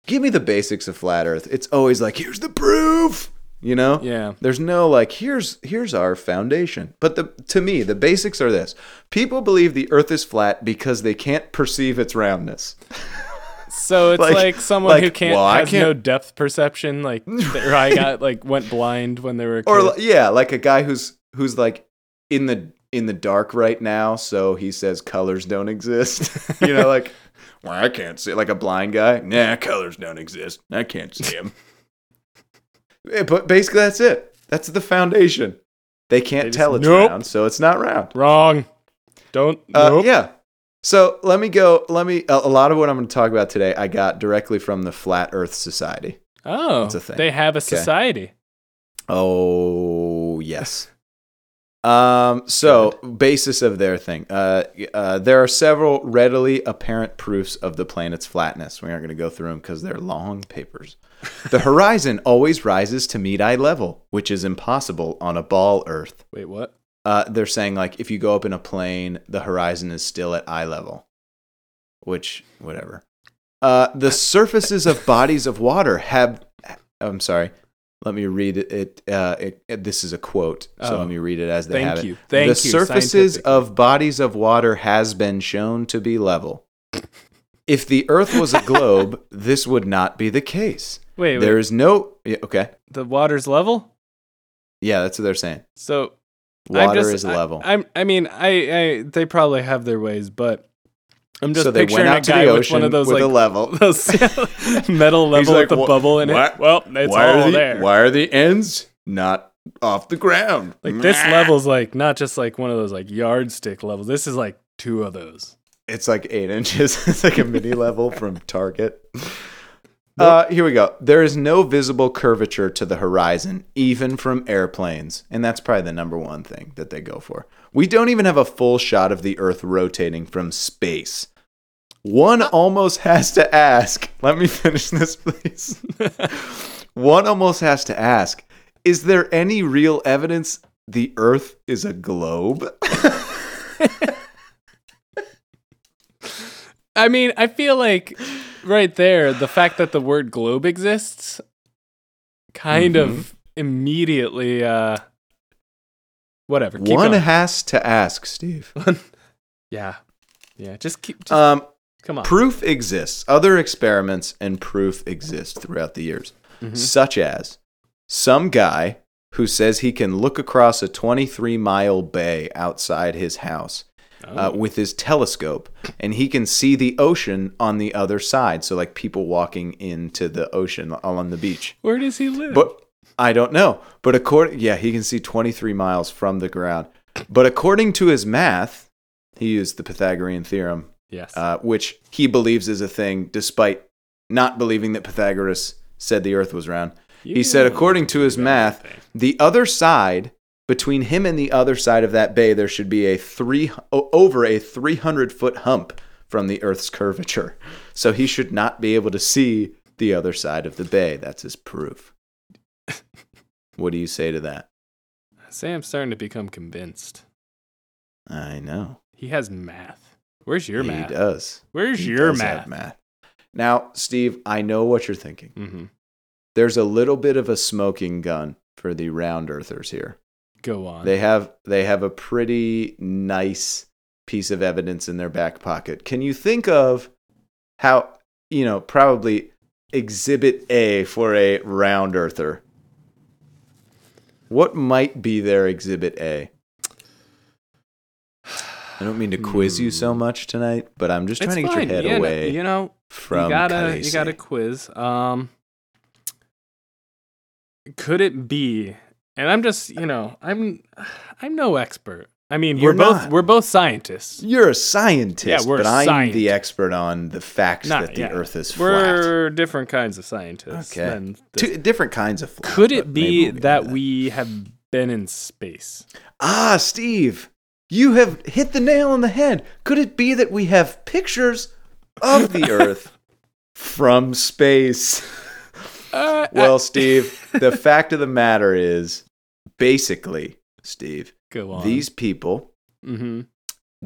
[SPEAKER 1] give me the basics of flat Earth. It's always like, here's the proof. You know.
[SPEAKER 2] Yeah.
[SPEAKER 1] There's no like here's here's our foundation. But the to me the basics are this. People believe the earth is flat because they can't perceive its roundness.
[SPEAKER 2] So it's
[SPEAKER 1] Like-
[SPEAKER 2] like, someone who
[SPEAKER 1] like,
[SPEAKER 2] can't
[SPEAKER 1] well, I
[SPEAKER 2] has no
[SPEAKER 1] can't-
[SPEAKER 2] depth
[SPEAKER 1] [LAUGHS]
[SPEAKER 2] perception, like their eye got like went blind when they were a kid.
[SPEAKER 1] or li- yeah like a guy who's who's like in the in the dark right now so he says colors don't exist [LAUGHS] you know
[SPEAKER 2] [LAUGHS]
[SPEAKER 1] like well i can't see like a blind guy nah colors don't exist i can't see
[SPEAKER 2] [LAUGHS]
[SPEAKER 1] them but basically that's it that's the foundation they can't
[SPEAKER 2] They just-
[SPEAKER 1] tell it's
[SPEAKER 2] Nope.
[SPEAKER 1] round so it's not round
[SPEAKER 2] Wrong. Don't
[SPEAKER 1] uh,
[SPEAKER 2] nope.
[SPEAKER 1] yeah so let me go let me a, a lot of what i'm going to talk about today i got directly from the flat earth society
[SPEAKER 2] Oh,
[SPEAKER 1] It's a thing.
[SPEAKER 2] they have a society.
[SPEAKER 1] Oh yes. Um. So basis of their thing. Uh, uh. There are several readily apparent proofs of the planet's flatness. We aren't going to go through them because they're long papers. the horizon always rises to meet eye level, which is impossible on a ball Earth.
[SPEAKER 2] Wait, what?
[SPEAKER 1] Uh, they're saying like if you go up in a plane, the horizon is still at eye level, which whatever. Uh,
[SPEAKER 2] [LAUGHS]
[SPEAKER 1] the surfaces of bodies of water have. I'm sorry. Let me read it. It, uh, it, it- This is a quote, so
[SPEAKER 2] Oh.
[SPEAKER 1] let me read it as they
[SPEAKER 2] Thank
[SPEAKER 1] have it.
[SPEAKER 2] you. Thank
[SPEAKER 1] the
[SPEAKER 2] you,
[SPEAKER 1] surfaces of bodies of water has been shown to be
[SPEAKER 2] [LAUGHS]
[SPEAKER 1] level. If the Earth was a globe, this would not be the case.
[SPEAKER 2] Wait, wait.
[SPEAKER 1] There is no. yeah, Okay.
[SPEAKER 2] the water's level?
[SPEAKER 1] Yeah, that's what they're saying.
[SPEAKER 2] So I'm
[SPEAKER 1] Water
[SPEAKER 2] just-
[SPEAKER 1] is
[SPEAKER 2] I-
[SPEAKER 1] level.
[SPEAKER 2] I'm. I mean, I, I. They probably have their ways, but I'm just
[SPEAKER 1] so they
[SPEAKER 2] picturing
[SPEAKER 1] went out
[SPEAKER 2] a
[SPEAKER 1] to
[SPEAKER 2] guy
[SPEAKER 1] the
[SPEAKER 2] with
[SPEAKER 1] ocean
[SPEAKER 2] one of those like
[SPEAKER 1] a level.
[SPEAKER 2] those [LAUGHS] metal level
[SPEAKER 1] like,
[SPEAKER 2] with the
[SPEAKER 1] "Wha-
[SPEAKER 2] bubble in
[SPEAKER 1] what?
[SPEAKER 2] it. Well, [LAUGHS] it's
[SPEAKER 1] why
[SPEAKER 2] all
[SPEAKER 1] are the,
[SPEAKER 2] there.
[SPEAKER 1] Why are the ends not off the ground?
[SPEAKER 2] Like this
[SPEAKER 1] Meh.
[SPEAKER 2] level's like not just like one of those like yardstick levels. This is like two of those.
[SPEAKER 1] It's like eight inches. [LAUGHS] it's like a mini level from Target. Uh, here we go. There is no visible curvature to the horizon, even from airplanes. And that's probably the number one thing that they go for. We don't even have a full shot of the Earth rotating from space. One
[SPEAKER 2] Ah.
[SPEAKER 1] almost has to ask, let me finish this,
[SPEAKER 2] [LAUGHS]
[SPEAKER 1] please. One almost has to ask, is there any real evidence the Earth is a globe?
[SPEAKER 2] I mean, I feel like right there, the fact that the word globe exists kind
[SPEAKER 1] Mm-hmm.
[SPEAKER 2] of immediately uh whatever. Keep
[SPEAKER 1] One
[SPEAKER 2] going.
[SPEAKER 1] has to ask, Steve.
[SPEAKER 2] yeah. Yeah. Just keep just,
[SPEAKER 1] Um,
[SPEAKER 2] come on.
[SPEAKER 1] proof exists. Other experiments and proof exist throughout the years, such as some guy who says he can look across a 23 mile bay outside his house uh, with his telescope and he can see the ocean on the other side. So, like people walking into the ocean along the beach.
[SPEAKER 2] Where does he live?
[SPEAKER 1] But I don't know. But according, yeah, he can see 23 miles from the ground. But according to his math, he used the Pythagorean theorem,
[SPEAKER 2] yes.
[SPEAKER 1] uh, which he believes is a thing, despite not believing that Pythagoras said the Earth was round. He said,
[SPEAKER 2] You
[SPEAKER 1] according to his
[SPEAKER 2] know
[SPEAKER 1] math,
[SPEAKER 2] everything.
[SPEAKER 1] the other side between him and the other side of that bay, there should be a three o- over a 300 foot hump from the Earth's curvature. So he should not be able to see the other side of the bay. That's his
[SPEAKER 2] [LAUGHS]
[SPEAKER 1] proof. what do you say to that?
[SPEAKER 2] Sam's starting to become convinced.
[SPEAKER 1] I know
[SPEAKER 2] He has math. Where's your
[SPEAKER 1] he
[SPEAKER 2] math?
[SPEAKER 1] does.
[SPEAKER 2] Where's
[SPEAKER 1] He
[SPEAKER 2] your
[SPEAKER 1] does have
[SPEAKER 2] math?
[SPEAKER 1] math. Now, Steve, I know what you're thinking.
[SPEAKER 2] Mm-hmm.
[SPEAKER 1] There's a little bit of a smoking gun for the round earthers here.
[SPEAKER 2] Go on.
[SPEAKER 1] They have they have a pretty nice piece of evidence in their back pocket. Can you think of how you know probably exhibit A for a round earther? What might be their exhibit A? I don't mean to quiz you so much tonight, but I'm just trying to
[SPEAKER 2] Hmm. It's
[SPEAKER 1] get
[SPEAKER 2] fine.
[SPEAKER 1] your head
[SPEAKER 2] Yeah, no-
[SPEAKER 1] away
[SPEAKER 2] You know,
[SPEAKER 1] from
[SPEAKER 2] you gotta you
[SPEAKER 1] Khaleesi.
[SPEAKER 2] gotta quiz. Um, could it be? And I'm just you know I'm I'm no expert, I mean,
[SPEAKER 1] We're
[SPEAKER 2] we're both
[SPEAKER 1] not.
[SPEAKER 2] we're both scientists.
[SPEAKER 1] You're a scientist,
[SPEAKER 2] Yeah, we're
[SPEAKER 1] but
[SPEAKER 2] a
[SPEAKER 1] I'm the
[SPEAKER 2] scientist.
[SPEAKER 1] expert on the fact
[SPEAKER 2] Not-
[SPEAKER 1] that the
[SPEAKER 2] yeah.
[SPEAKER 1] Earth is flat.
[SPEAKER 2] We're different kinds of scientists.
[SPEAKER 1] Okay.
[SPEAKER 2] than this.
[SPEAKER 1] Two different kinds of flat.
[SPEAKER 2] Could
[SPEAKER 1] but
[SPEAKER 2] it
[SPEAKER 1] maybe
[SPEAKER 2] be
[SPEAKER 1] we'll get
[SPEAKER 2] that
[SPEAKER 1] into
[SPEAKER 2] we have been in space?
[SPEAKER 1] Ah, Steve, you have hit the nail on the head. Could it be that we have pictures of
[SPEAKER 2] [LAUGHS]
[SPEAKER 1] the Earth from space?
[SPEAKER 2] Uh,
[SPEAKER 1] Well, Steve,
[SPEAKER 2] [LAUGHS]
[SPEAKER 1] the fact of the matter is basically, Steve,
[SPEAKER 2] go on.
[SPEAKER 1] these people
[SPEAKER 2] hmm
[SPEAKER 1] Mm-hmm.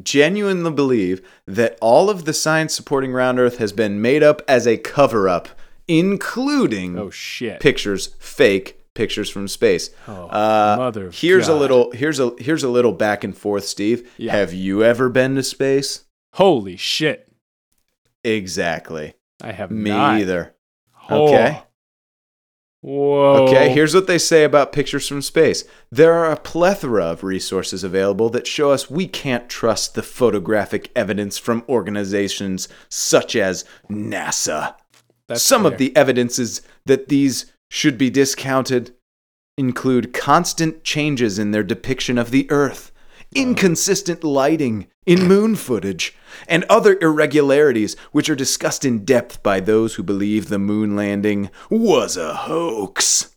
[SPEAKER 1] genuinely believe that all of the science supporting round Earth has been made up as a cover up, including
[SPEAKER 2] Oh shit.
[SPEAKER 1] pictures, fake pictures from space.
[SPEAKER 2] Oh,
[SPEAKER 1] Uh,
[SPEAKER 2] mother of
[SPEAKER 1] here's a
[SPEAKER 2] God.
[SPEAKER 1] little here's a here's a little back and forth, Steve.
[SPEAKER 2] Yeah.
[SPEAKER 1] Have you ever been to space?
[SPEAKER 2] Holy shit.
[SPEAKER 1] Exactly.
[SPEAKER 2] I have
[SPEAKER 1] Me
[SPEAKER 2] not.
[SPEAKER 1] either.
[SPEAKER 2] Oh.
[SPEAKER 1] Okay.
[SPEAKER 2] Whoa.
[SPEAKER 1] Okay, here's what they say about pictures from space. There are a plethora of resources available that show us we can't trust the photographic evidence from organizations such as NASA.
[SPEAKER 2] That's
[SPEAKER 1] Some
[SPEAKER 2] fair.
[SPEAKER 1] of the evidences that these should be discounted include constant changes in their depiction of the Earth,
[SPEAKER 2] Oh.
[SPEAKER 1] inconsistent lighting
[SPEAKER 2] [CLEARS THROAT]
[SPEAKER 1] in moon footage, and other irregularities which are discussed in depth by those who believe the moon landing was a hoax.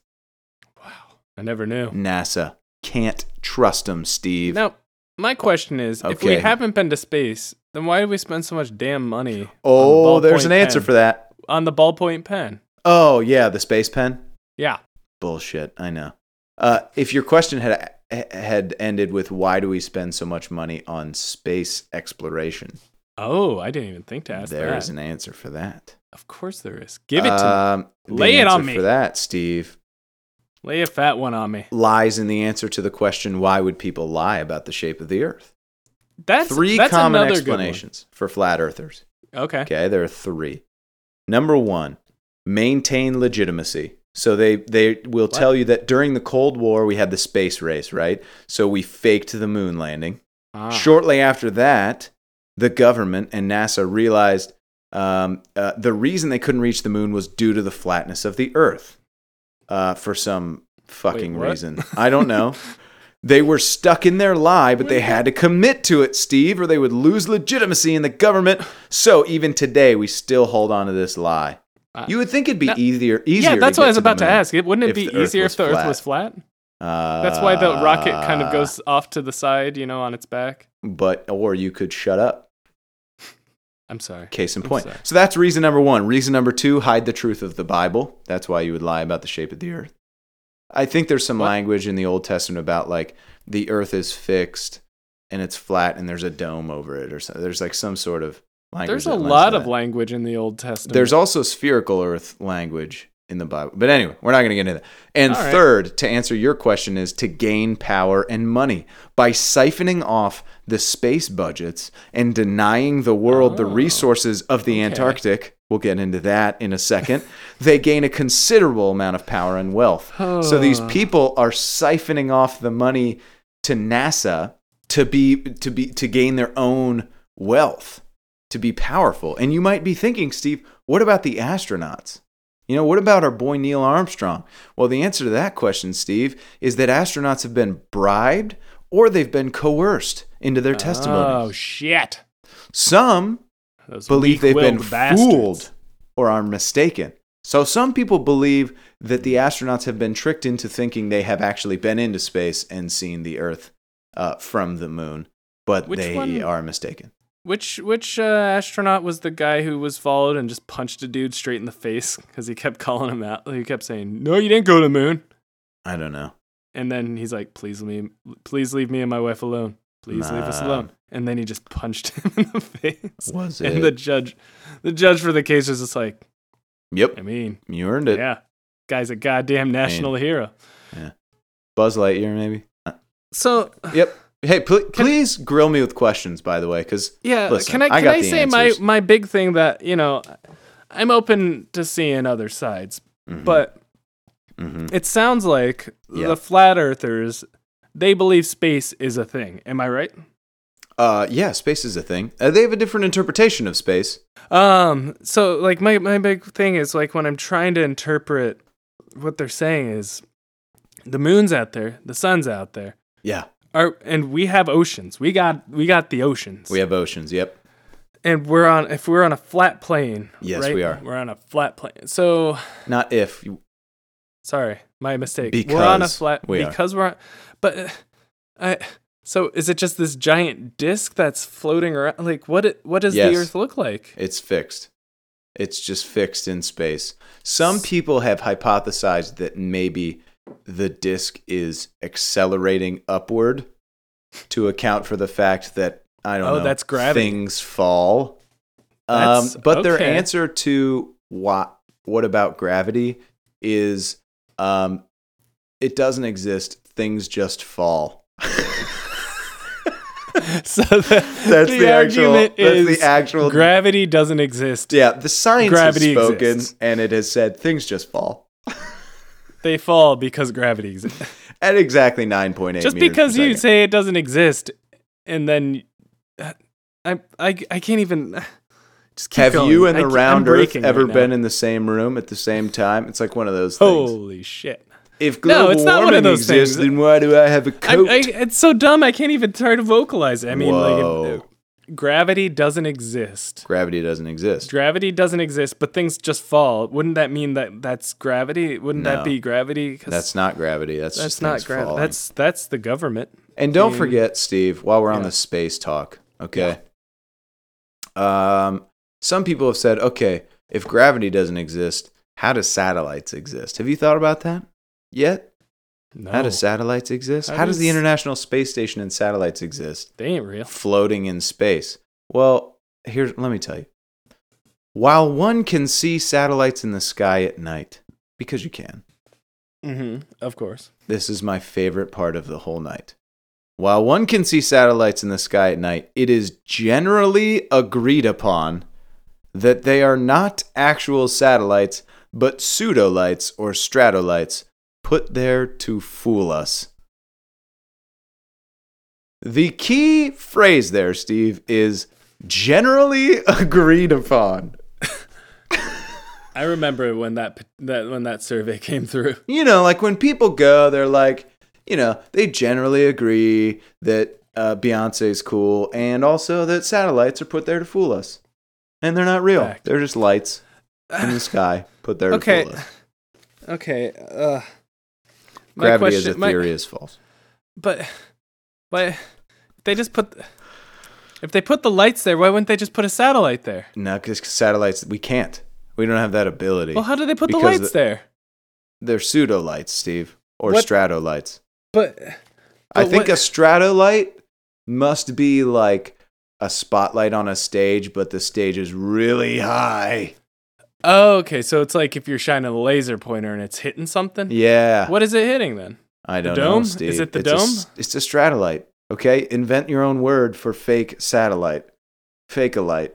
[SPEAKER 2] I never knew.
[SPEAKER 1] NASA can't trust them, Steve.
[SPEAKER 2] Now, my question is, if we
[SPEAKER 1] Okay.
[SPEAKER 2] haven't been to space, then why do we spend so much damn money? on
[SPEAKER 1] oh,
[SPEAKER 2] the
[SPEAKER 1] there's
[SPEAKER 2] ballpoint
[SPEAKER 1] an answer
[SPEAKER 2] pen?
[SPEAKER 1] for that.
[SPEAKER 2] On the ballpoint pen.
[SPEAKER 1] Oh, yeah, the space pen.
[SPEAKER 2] Yeah.
[SPEAKER 1] Bullshit. I know. Uh, if your question had had ended with why do we spend so much money on space exploration,
[SPEAKER 2] Oh, I didn't even think to
[SPEAKER 1] there is
[SPEAKER 2] ask that.
[SPEAKER 1] an answer for that.
[SPEAKER 2] Of course there is. Give it to
[SPEAKER 1] um, the
[SPEAKER 2] Lay it on
[SPEAKER 1] answer
[SPEAKER 2] me.
[SPEAKER 1] For that, Steve
[SPEAKER 2] me. Lay a fat one on me.
[SPEAKER 1] lies in the answer to the question: Why would people lie about the shape of the Earth?
[SPEAKER 2] That's
[SPEAKER 1] three
[SPEAKER 2] that's
[SPEAKER 1] common
[SPEAKER 2] another
[SPEAKER 1] explanations for flat earthers.
[SPEAKER 2] Good one. Okay.
[SPEAKER 1] Okay, there are three. Number one, maintain legitimacy. So they they will tell you that during the Cold War we had the space race, right? So we faked the moon landing.
[SPEAKER 2] Ah.
[SPEAKER 1] Shortly after that, the government and NASA realized um, uh, the reason they couldn't reach the moon was due to the flatness of the Earth uh, for some fucking
[SPEAKER 2] what?
[SPEAKER 1] reason. I don't
[SPEAKER 2] [LAUGHS]
[SPEAKER 1] know. they were stuck in their lie, but they had to commit to it, Steve, or they would lose legitimacy in the government. So even today, we still hold on to this lie.
[SPEAKER 2] Uh,
[SPEAKER 1] you would think it'd be
[SPEAKER 2] no-
[SPEAKER 1] easier, easier.
[SPEAKER 2] Yeah,
[SPEAKER 1] to
[SPEAKER 2] that's what
[SPEAKER 1] get
[SPEAKER 2] I was
[SPEAKER 1] to the
[SPEAKER 2] about to
[SPEAKER 1] moon.
[SPEAKER 2] ask. It wouldn't it
[SPEAKER 1] if
[SPEAKER 2] be
[SPEAKER 1] the Earth
[SPEAKER 2] easier
[SPEAKER 1] was
[SPEAKER 2] if the
[SPEAKER 1] flat. Ah.
[SPEAKER 2] Earth was flat?
[SPEAKER 1] Uh,
[SPEAKER 2] That's why the rocket kind of goes off to the side, you know, on its back.
[SPEAKER 1] But or you could shut up.
[SPEAKER 2] I'm sorry.
[SPEAKER 1] Case in
[SPEAKER 2] I'm
[SPEAKER 1] point.
[SPEAKER 2] sorry.
[SPEAKER 1] So that's reason number one. Reason number two, hide the truth of the Bible. That's why you would lie about the shape of the earth. I think there's some
[SPEAKER 2] What?
[SPEAKER 1] language in the Old Testament about like the earth is fixed and it's flat and there's a dome over it or something. There's like some sort of language.
[SPEAKER 2] There's
[SPEAKER 1] that
[SPEAKER 2] a
[SPEAKER 1] lends
[SPEAKER 2] lot
[SPEAKER 1] to
[SPEAKER 2] of
[SPEAKER 1] that.
[SPEAKER 2] language in the Old Testament.
[SPEAKER 1] There's also spherical earth language in the Bible. But anyway, we're not going to get into that. And
[SPEAKER 2] All right.
[SPEAKER 1] third, to answer your question, is to gain power and money by siphoning off the space budgets and denying the world the
[SPEAKER 2] Oh.
[SPEAKER 1] resources of the
[SPEAKER 2] Okay.
[SPEAKER 1] Antarctic. We'll get into that in a second. [LAUGHS] they gain a considerable amount of power and wealth. So these
[SPEAKER 2] Huh.
[SPEAKER 1] people are siphoning off the money to NASA to be to be to gain their own wealth to be powerful. And you might be thinking, Steve, what about the astronauts? You know, what about our boy Neil Armstrong? Well, the answer to that question, Steve, is that astronauts have been bribed or they've been coerced into their
[SPEAKER 2] Oh
[SPEAKER 1] testimonies.
[SPEAKER 2] shit!
[SPEAKER 1] Some
[SPEAKER 2] Those
[SPEAKER 1] believe they've been
[SPEAKER 2] weak-willed bastards.
[SPEAKER 1] fooled or are mistaken. So some people believe that the astronauts have been tricked into thinking they have actually been into space and seen the Earth uh, from the moon, but
[SPEAKER 2] Which
[SPEAKER 1] they
[SPEAKER 2] one-
[SPEAKER 1] are mistaken.
[SPEAKER 2] Which which uh, astronaut was the guy who was followed and just punched a dude straight in the face because he kept calling him out? He kept saying, "No, you didn't go to the moon."
[SPEAKER 1] I don't know.
[SPEAKER 2] And then he's like, "Please leave me, please leave me and my wife alone. Please leave us
[SPEAKER 1] Nah.
[SPEAKER 2] alone." And then he just punched [LAUGHS] him in the face.
[SPEAKER 1] Was it?
[SPEAKER 2] And the judge, the judge for the case was just like,
[SPEAKER 1] yep,
[SPEAKER 2] "I mean,
[SPEAKER 1] you earned it.
[SPEAKER 2] yeah, guy's a goddamn national hero."
[SPEAKER 1] Buzz Lightyear, maybe.
[SPEAKER 2] So
[SPEAKER 1] Yep. Hey,
[SPEAKER 2] [SIGHS]
[SPEAKER 1] pl- please grill me with questions, by the way, because
[SPEAKER 2] Yeah,
[SPEAKER 1] Listen,
[SPEAKER 2] can I
[SPEAKER 1] I
[SPEAKER 2] can
[SPEAKER 1] got
[SPEAKER 2] I
[SPEAKER 1] the
[SPEAKER 2] say
[SPEAKER 1] answers.
[SPEAKER 2] my my big thing that you know, I'm open to seeing other sides, but it sounds like
[SPEAKER 1] Mm-hmm. Yeah.
[SPEAKER 2] the flat earthers they believe space is a thing. Am I right?
[SPEAKER 1] uh, yeah, space is a thing. Uh, they have a different interpretation of space.
[SPEAKER 2] Um, so like my my big thing is like when I'm trying to interpret what they're saying is the moon's out there, the sun's out there.
[SPEAKER 1] Yeah,
[SPEAKER 2] Our, and we have oceans. We got we got the oceans.
[SPEAKER 1] We have oceans. Yep.
[SPEAKER 2] and we're on if we're on a flat plane.
[SPEAKER 1] Yes,
[SPEAKER 2] right?
[SPEAKER 1] we are.
[SPEAKER 2] We're on a flat plane. So
[SPEAKER 1] Not if.
[SPEAKER 2] sorry, my mistake. we're on a
[SPEAKER 1] Because
[SPEAKER 2] flat
[SPEAKER 1] we are.
[SPEAKER 2] because we're on. But uh, I so is it just this giant disc that's floating around? Like what? It, what does
[SPEAKER 1] Yes.
[SPEAKER 2] the Earth look like?
[SPEAKER 1] It's fixed. It's just fixed in space. Some people have hypothesized that maybe the disk is accelerating upward to account for the fact that I don't
[SPEAKER 2] Oh,
[SPEAKER 1] know
[SPEAKER 2] that's gravity.
[SPEAKER 1] things fall. Um,
[SPEAKER 2] That's-
[SPEAKER 1] but their
[SPEAKER 2] okay.
[SPEAKER 1] answer to what what about gravity is um, it doesn't exist. Things just fall.
[SPEAKER 2] so [LAUGHS] the,
[SPEAKER 1] That's the, actual.
[SPEAKER 2] argument
[SPEAKER 1] that's
[SPEAKER 2] is
[SPEAKER 1] the actual
[SPEAKER 2] gravity doesn't exist.
[SPEAKER 1] Yeah, the science
[SPEAKER 2] Gravity
[SPEAKER 1] has spoken
[SPEAKER 2] exists.
[SPEAKER 1] and it has said things just fall
[SPEAKER 2] They fall because gravity
[SPEAKER 1] [LAUGHS]
[SPEAKER 2] exists.
[SPEAKER 1] at exactly 9.8 meters
[SPEAKER 2] just
[SPEAKER 1] per
[SPEAKER 2] because you
[SPEAKER 1] second. Uh,
[SPEAKER 2] say it doesn't exist, and then I I I can't even. Just keep
[SPEAKER 1] have
[SPEAKER 2] going.
[SPEAKER 1] you and
[SPEAKER 2] I
[SPEAKER 1] the
[SPEAKER 2] ca- I'm
[SPEAKER 1] round earth
[SPEAKER 2] breaking
[SPEAKER 1] ever
[SPEAKER 2] right now.
[SPEAKER 1] been in the same room at the same time? It's like one of those things.
[SPEAKER 2] Holy shit!
[SPEAKER 1] if global
[SPEAKER 2] Oh. No, it's not
[SPEAKER 1] warming
[SPEAKER 2] one of those
[SPEAKER 1] exists,
[SPEAKER 2] things.
[SPEAKER 1] then why do I have a
[SPEAKER 2] I,
[SPEAKER 1] coat?
[SPEAKER 2] I, it's so dumb. I can't even try to vocalize it. I mean,
[SPEAKER 1] Whoa.
[SPEAKER 2] like, if- gravity doesn't exist.
[SPEAKER 1] Gravity doesn't exist.
[SPEAKER 2] Gravity doesn't exist, but things just fall. Wouldn't that mean that that's gravity? Wouldn't
[SPEAKER 1] No.
[SPEAKER 2] that be gravity? 'Cause
[SPEAKER 1] That's not gravity. That's,
[SPEAKER 2] that's
[SPEAKER 1] just
[SPEAKER 2] not
[SPEAKER 1] things
[SPEAKER 2] gravity.
[SPEAKER 1] falling.
[SPEAKER 2] That's that's the government.
[SPEAKER 1] And don't forget, Steve, while we're on
[SPEAKER 2] Yeah.
[SPEAKER 1] the space talk, okay? Um, some people have said, okay, if gravity doesn't exist, how do satellites exist? Have you thought about that yet?
[SPEAKER 2] No,
[SPEAKER 1] How do satellites exist? How,
[SPEAKER 2] Oh. How
[SPEAKER 1] does the
[SPEAKER 2] does-
[SPEAKER 1] International Space Station and satellites exist?
[SPEAKER 2] they ain't real.
[SPEAKER 1] Floating in space. Well, here, let me tell you. While one can see satellites in the sky at night, because you can,
[SPEAKER 2] Mm-hmm. Of course.
[SPEAKER 1] this is my favorite part of the whole night. While one can see satellites in the sky at night, it is generally agreed upon that they are not actual satellites, but pseudolights or stratolights put there to fool us. The key phrase there, Steve, is generally [LAUGHS] agreed upon.
[SPEAKER 2] I remember when that that when that survey [LAUGHS] came through.
[SPEAKER 1] you know, like when people go, they're like, you know, they generally agree that uh, Beyonce's cool and also that satellites are put there to fool us. And they're not real.
[SPEAKER 2] Fact.
[SPEAKER 1] They're just
[SPEAKER 2] [SIGHS]
[SPEAKER 1] lights in the sky put there
[SPEAKER 2] Okay.
[SPEAKER 1] to fool us.
[SPEAKER 2] Okay. Uh, my
[SPEAKER 1] Gravity
[SPEAKER 2] question,
[SPEAKER 1] as a
[SPEAKER 2] my-
[SPEAKER 1] theory is false.
[SPEAKER 2] But, but they just put. If they put the lights there, why wouldn't they just put a satellite there?
[SPEAKER 1] No, because satellites, we can't. We don't have that ability.
[SPEAKER 2] Well, how do they put the
[SPEAKER 1] Because
[SPEAKER 2] lights
[SPEAKER 1] the-
[SPEAKER 2] there?
[SPEAKER 1] they're pseudolights, Steve, or
[SPEAKER 2] What-
[SPEAKER 1] stratolights.
[SPEAKER 2] But,
[SPEAKER 1] I
[SPEAKER 2] but
[SPEAKER 1] think
[SPEAKER 2] what-
[SPEAKER 1] a stratolight must be like a spotlight on a stage, but the stage is really high.
[SPEAKER 2] oh, okay. So it's like if you're shining a laser pointer and it's hitting something.
[SPEAKER 1] Yeah.
[SPEAKER 2] What is it hitting then?
[SPEAKER 1] I don't
[SPEAKER 2] dome?
[SPEAKER 1] know,
[SPEAKER 2] Is
[SPEAKER 1] Steve.
[SPEAKER 2] it the
[SPEAKER 1] it's A, s- it's a stratolite. Okay, invent your own word for fake satellite,
[SPEAKER 2] [LAUGHS]
[SPEAKER 1] fakeolite,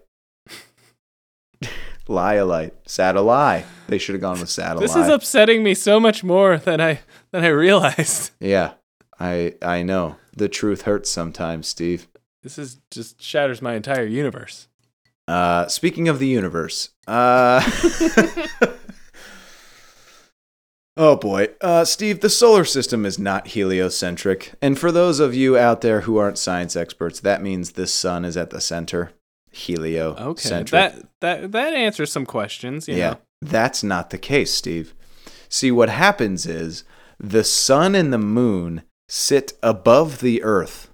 [SPEAKER 1] lieolite, satelli. They should have gone with satellite.
[SPEAKER 2] This is upsetting me so much more than I than I realized. [LAUGHS]
[SPEAKER 1] yeah, I I know the truth hurts sometimes, Steve.
[SPEAKER 2] This is just shatters my entire universe.
[SPEAKER 1] Uh, speaking of the universe, uh, [LAUGHS] oh boy, uh, Steve, the solar system is not heliocentric, and for those of you out there who aren't science experts, that means the sun is at the center,
[SPEAKER 2] Okay.
[SPEAKER 1] heliocentric.
[SPEAKER 2] That that that answers some questions. You
[SPEAKER 1] yeah,
[SPEAKER 2] Know?
[SPEAKER 1] that's not the case, Steve. See, what happens is the sun and the moon sit above the Earth.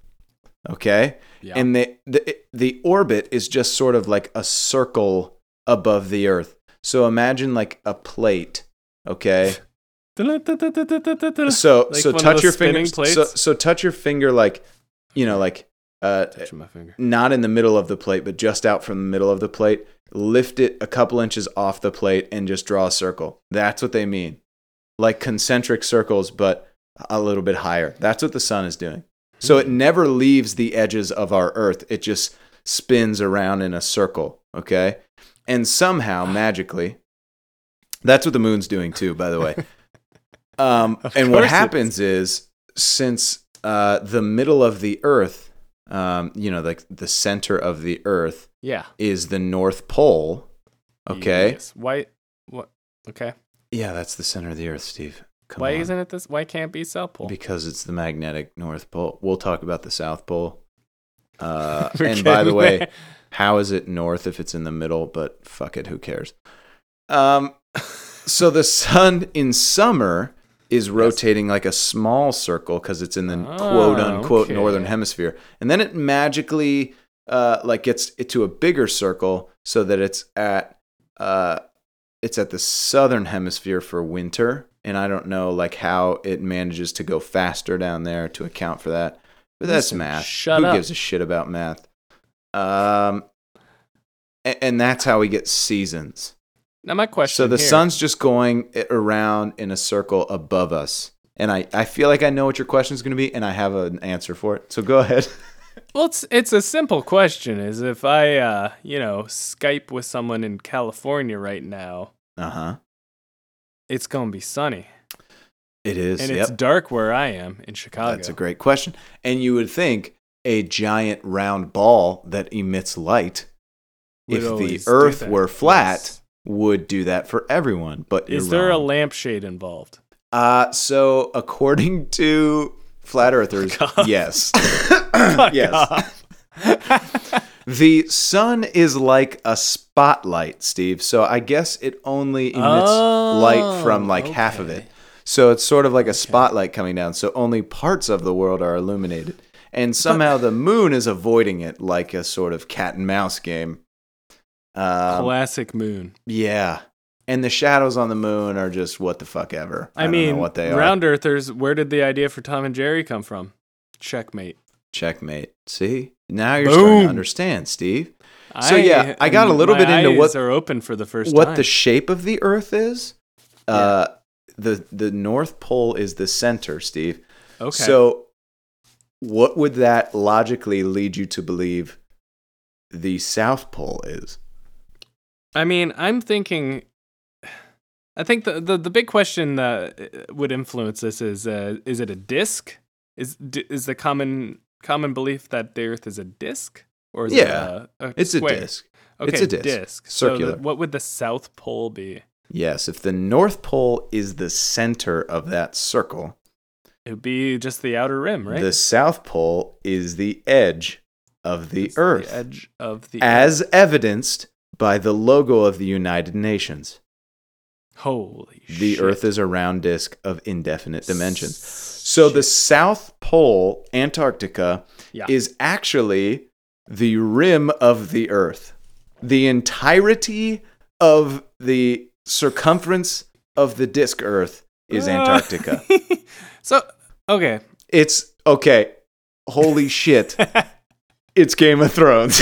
[SPEAKER 1] Okay,
[SPEAKER 2] Yeah.
[SPEAKER 1] and the, the the orbit is just sort of like a circle above the earth so imagine like a plate
[SPEAKER 2] [LAUGHS]
[SPEAKER 1] okay so
[SPEAKER 2] Like
[SPEAKER 1] so
[SPEAKER 2] one
[SPEAKER 1] touch
[SPEAKER 2] of those
[SPEAKER 1] your
[SPEAKER 2] spinning
[SPEAKER 1] finger so,
[SPEAKER 2] plates?
[SPEAKER 1] so touch your finger like you know like uh
[SPEAKER 2] Touching my finger.
[SPEAKER 1] not in the middle of the plate but just out from the middle of the plate lift it a couple inches off the plate and just draw a circle that's what they mean like concentric circles but a little bit higher that's what the sun is doing so it never leaves the edges of our Earth. It just spins around in a circle. Okay. And somehow, magically, that's what the moon's doing too, by the way. Um,
[SPEAKER 2] [LAUGHS] Of
[SPEAKER 1] and what
[SPEAKER 2] course it
[SPEAKER 1] happens is, since uh, the middle of the Earth, um, you know, like the center of the Earth
[SPEAKER 2] Yeah.
[SPEAKER 1] is the North Pole. Okay.
[SPEAKER 2] Yes. Why? What? Okay.
[SPEAKER 1] Yeah, that's the center of the Earth, Steve. Come
[SPEAKER 2] why
[SPEAKER 1] on.
[SPEAKER 2] isn't it this? Why can't be South Pole? [LAUGHS]
[SPEAKER 1] Because it's the magnetic North Pole. We'll talk about the South Pole. Uh,
[SPEAKER 2] [LAUGHS] We're
[SPEAKER 1] and by the
[SPEAKER 2] getting
[SPEAKER 1] way,
[SPEAKER 2] there.
[SPEAKER 1] how is it north if it's in the middle? But fuck it, who cares?
[SPEAKER 2] [LAUGHS]
[SPEAKER 1] Um, so the sun in summer is rotating like a small circle because it's in the
[SPEAKER 2] Ah,
[SPEAKER 1] quote unquote
[SPEAKER 2] okay.
[SPEAKER 1] northern hemisphere, and then it magically uh, like gets it to a bigger circle so that it's at uh, it's at the southern hemisphere for winter. And I don't know like how it manages to go faster down there to account for that. But that's
[SPEAKER 2] Listen,
[SPEAKER 1] math.
[SPEAKER 2] shut
[SPEAKER 1] Who
[SPEAKER 2] up.
[SPEAKER 1] gives a shit about math? Um, a- and, that's how we get seasons.
[SPEAKER 2] now my question.
[SPEAKER 1] so the
[SPEAKER 2] here-
[SPEAKER 1] sun's just going i- around in a circle above us. And I, I feel like I know what your question is going to be, and I have an answer for it. So go ahead. [LAUGHS]
[SPEAKER 2] Well, it's it's a simple question. Is if I uh you know Skype with someone in California right now,
[SPEAKER 1] Uh huh.
[SPEAKER 2] it's gonna be sunny
[SPEAKER 1] It is.
[SPEAKER 2] and
[SPEAKER 1] yep.
[SPEAKER 2] it's dark where I am in Chicago.
[SPEAKER 1] That's a great question. And you would think a giant round ball that emits light,
[SPEAKER 2] Would
[SPEAKER 1] if the
[SPEAKER 2] always do
[SPEAKER 1] Earth
[SPEAKER 2] that.
[SPEAKER 1] were flat,
[SPEAKER 2] Yes.
[SPEAKER 1] would do that for everyone. But
[SPEAKER 2] Is
[SPEAKER 1] you're
[SPEAKER 2] there a
[SPEAKER 1] wrong.
[SPEAKER 2] lampshade involved?
[SPEAKER 1] Uh, so according to flat earthers,
[SPEAKER 2] Fuck off.
[SPEAKER 1] yes.
[SPEAKER 2] [LAUGHS] Fuck
[SPEAKER 1] yes.
[SPEAKER 2] off.
[SPEAKER 1] [LAUGHS] The sun is like a spotlight, Steve. So I guess it only emits light from like
[SPEAKER 2] Oh,
[SPEAKER 1] half of
[SPEAKER 2] okay.
[SPEAKER 1] it. So it's sort of like a spotlight coming down. So only parts of the world are illuminated. And somehow the moon is avoiding it like a sort of cat and mouse game. Um,
[SPEAKER 2] Classic moon.
[SPEAKER 1] yeah. And the shadows on the moon are just what the fuck ever.
[SPEAKER 2] I,
[SPEAKER 1] don't
[SPEAKER 2] mean,
[SPEAKER 1] know what they are.
[SPEAKER 2] round earthers. Where did the idea for Tom and Jerry come from? Checkmate.
[SPEAKER 1] Checkmate. See? Now you're starting
[SPEAKER 2] Boom.
[SPEAKER 1] to understand, Steve. So, yeah, I got a little
[SPEAKER 2] my
[SPEAKER 1] bit into
[SPEAKER 2] eyes
[SPEAKER 1] what-
[SPEAKER 2] are open for the first
[SPEAKER 1] what
[SPEAKER 2] time.
[SPEAKER 1] the shape of the earth is? Uh the the North Pole is the center, Steve.
[SPEAKER 2] okay.
[SPEAKER 1] So what would that logically lead you to believe the South Pole is?
[SPEAKER 2] I mean, I'm thinking. I think the the, the big question that uh, would influence this is uh, is it a disc? Is d- is the common common belief that the Earth is a disc, or is
[SPEAKER 1] Yeah,
[SPEAKER 2] it a, a
[SPEAKER 1] It's a
[SPEAKER 2] square?
[SPEAKER 1] disk.
[SPEAKER 2] Okay,
[SPEAKER 1] It's a disc.
[SPEAKER 2] So the-
[SPEAKER 1] Circular.
[SPEAKER 2] what would the South Pole be?
[SPEAKER 1] Yes, if the North Pole is the center of that circle,
[SPEAKER 2] It would be just the outer rim, right?
[SPEAKER 1] the South Pole is the edge of the
[SPEAKER 2] It's
[SPEAKER 1] earth.
[SPEAKER 2] the edge of the Earth.
[SPEAKER 1] as evidenced by the logo of the United Nations.
[SPEAKER 2] Holy
[SPEAKER 1] The
[SPEAKER 2] shit.
[SPEAKER 1] Earth is a round disk of indefinite dimensions. So the South Pole, Antarctica,
[SPEAKER 2] Yeah.
[SPEAKER 1] is actually the rim of the Earth. The entirety of the circumference of the disk Earth is
[SPEAKER 2] Ah.
[SPEAKER 1] Antarctica.
[SPEAKER 2] [LAUGHS] so okay.
[SPEAKER 1] It's okay.
[SPEAKER 2] [LAUGHS]
[SPEAKER 1] Holy shit. it's Game of Thrones.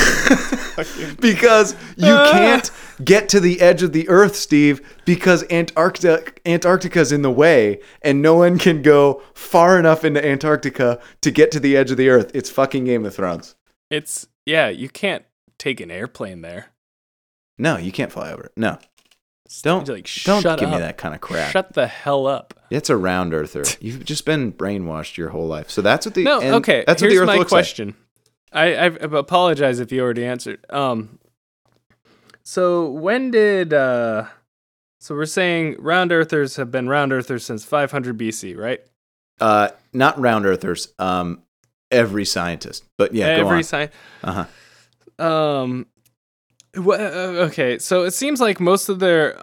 [SPEAKER 1] [LAUGHS] because you
[SPEAKER 2] Ah.
[SPEAKER 1] can't get to the edge of the earth, Steve, because Antarctica Antarctica's in the way and no one can go far enough into Antarctica to get to the edge of the earth. It's fucking Game of Thrones.
[SPEAKER 2] It's yeah, you can't take an airplane there.
[SPEAKER 1] No, you can't fly over it. No. Don't
[SPEAKER 2] Like,
[SPEAKER 1] don't
[SPEAKER 2] shut
[SPEAKER 1] give me
[SPEAKER 2] up.
[SPEAKER 1] that kind of crap.
[SPEAKER 2] Shut the hell up.
[SPEAKER 1] it's a round earther. You've just been brainwashed your whole life. So that's what the
[SPEAKER 2] No,
[SPEAKER 1] and
[SPEAKER 2] okay.
[SPEAKER 1] That's
[SPEAKER 2] Here's
[SPEAKER 1] what the earth
[SPEAKER 2] my
[SPEAKER 1] looks
[SPEAKER 2] question. I, I apologize if you already answered. Um, so when did uh, so we're saying round earthers have been round earthers since 500 BC, right?
[SPEAKER 1] like. Uh, not round earthers. Um, every scientist. But yeah, go
[SPEAKER 2] Every
[SPEAKER 1] on.
[SPEAKER 2] sign.
[SPEAKER 1] Uh-huh.
[SPEAKER 2] Um, wha- uh, okay. So it seems like most of their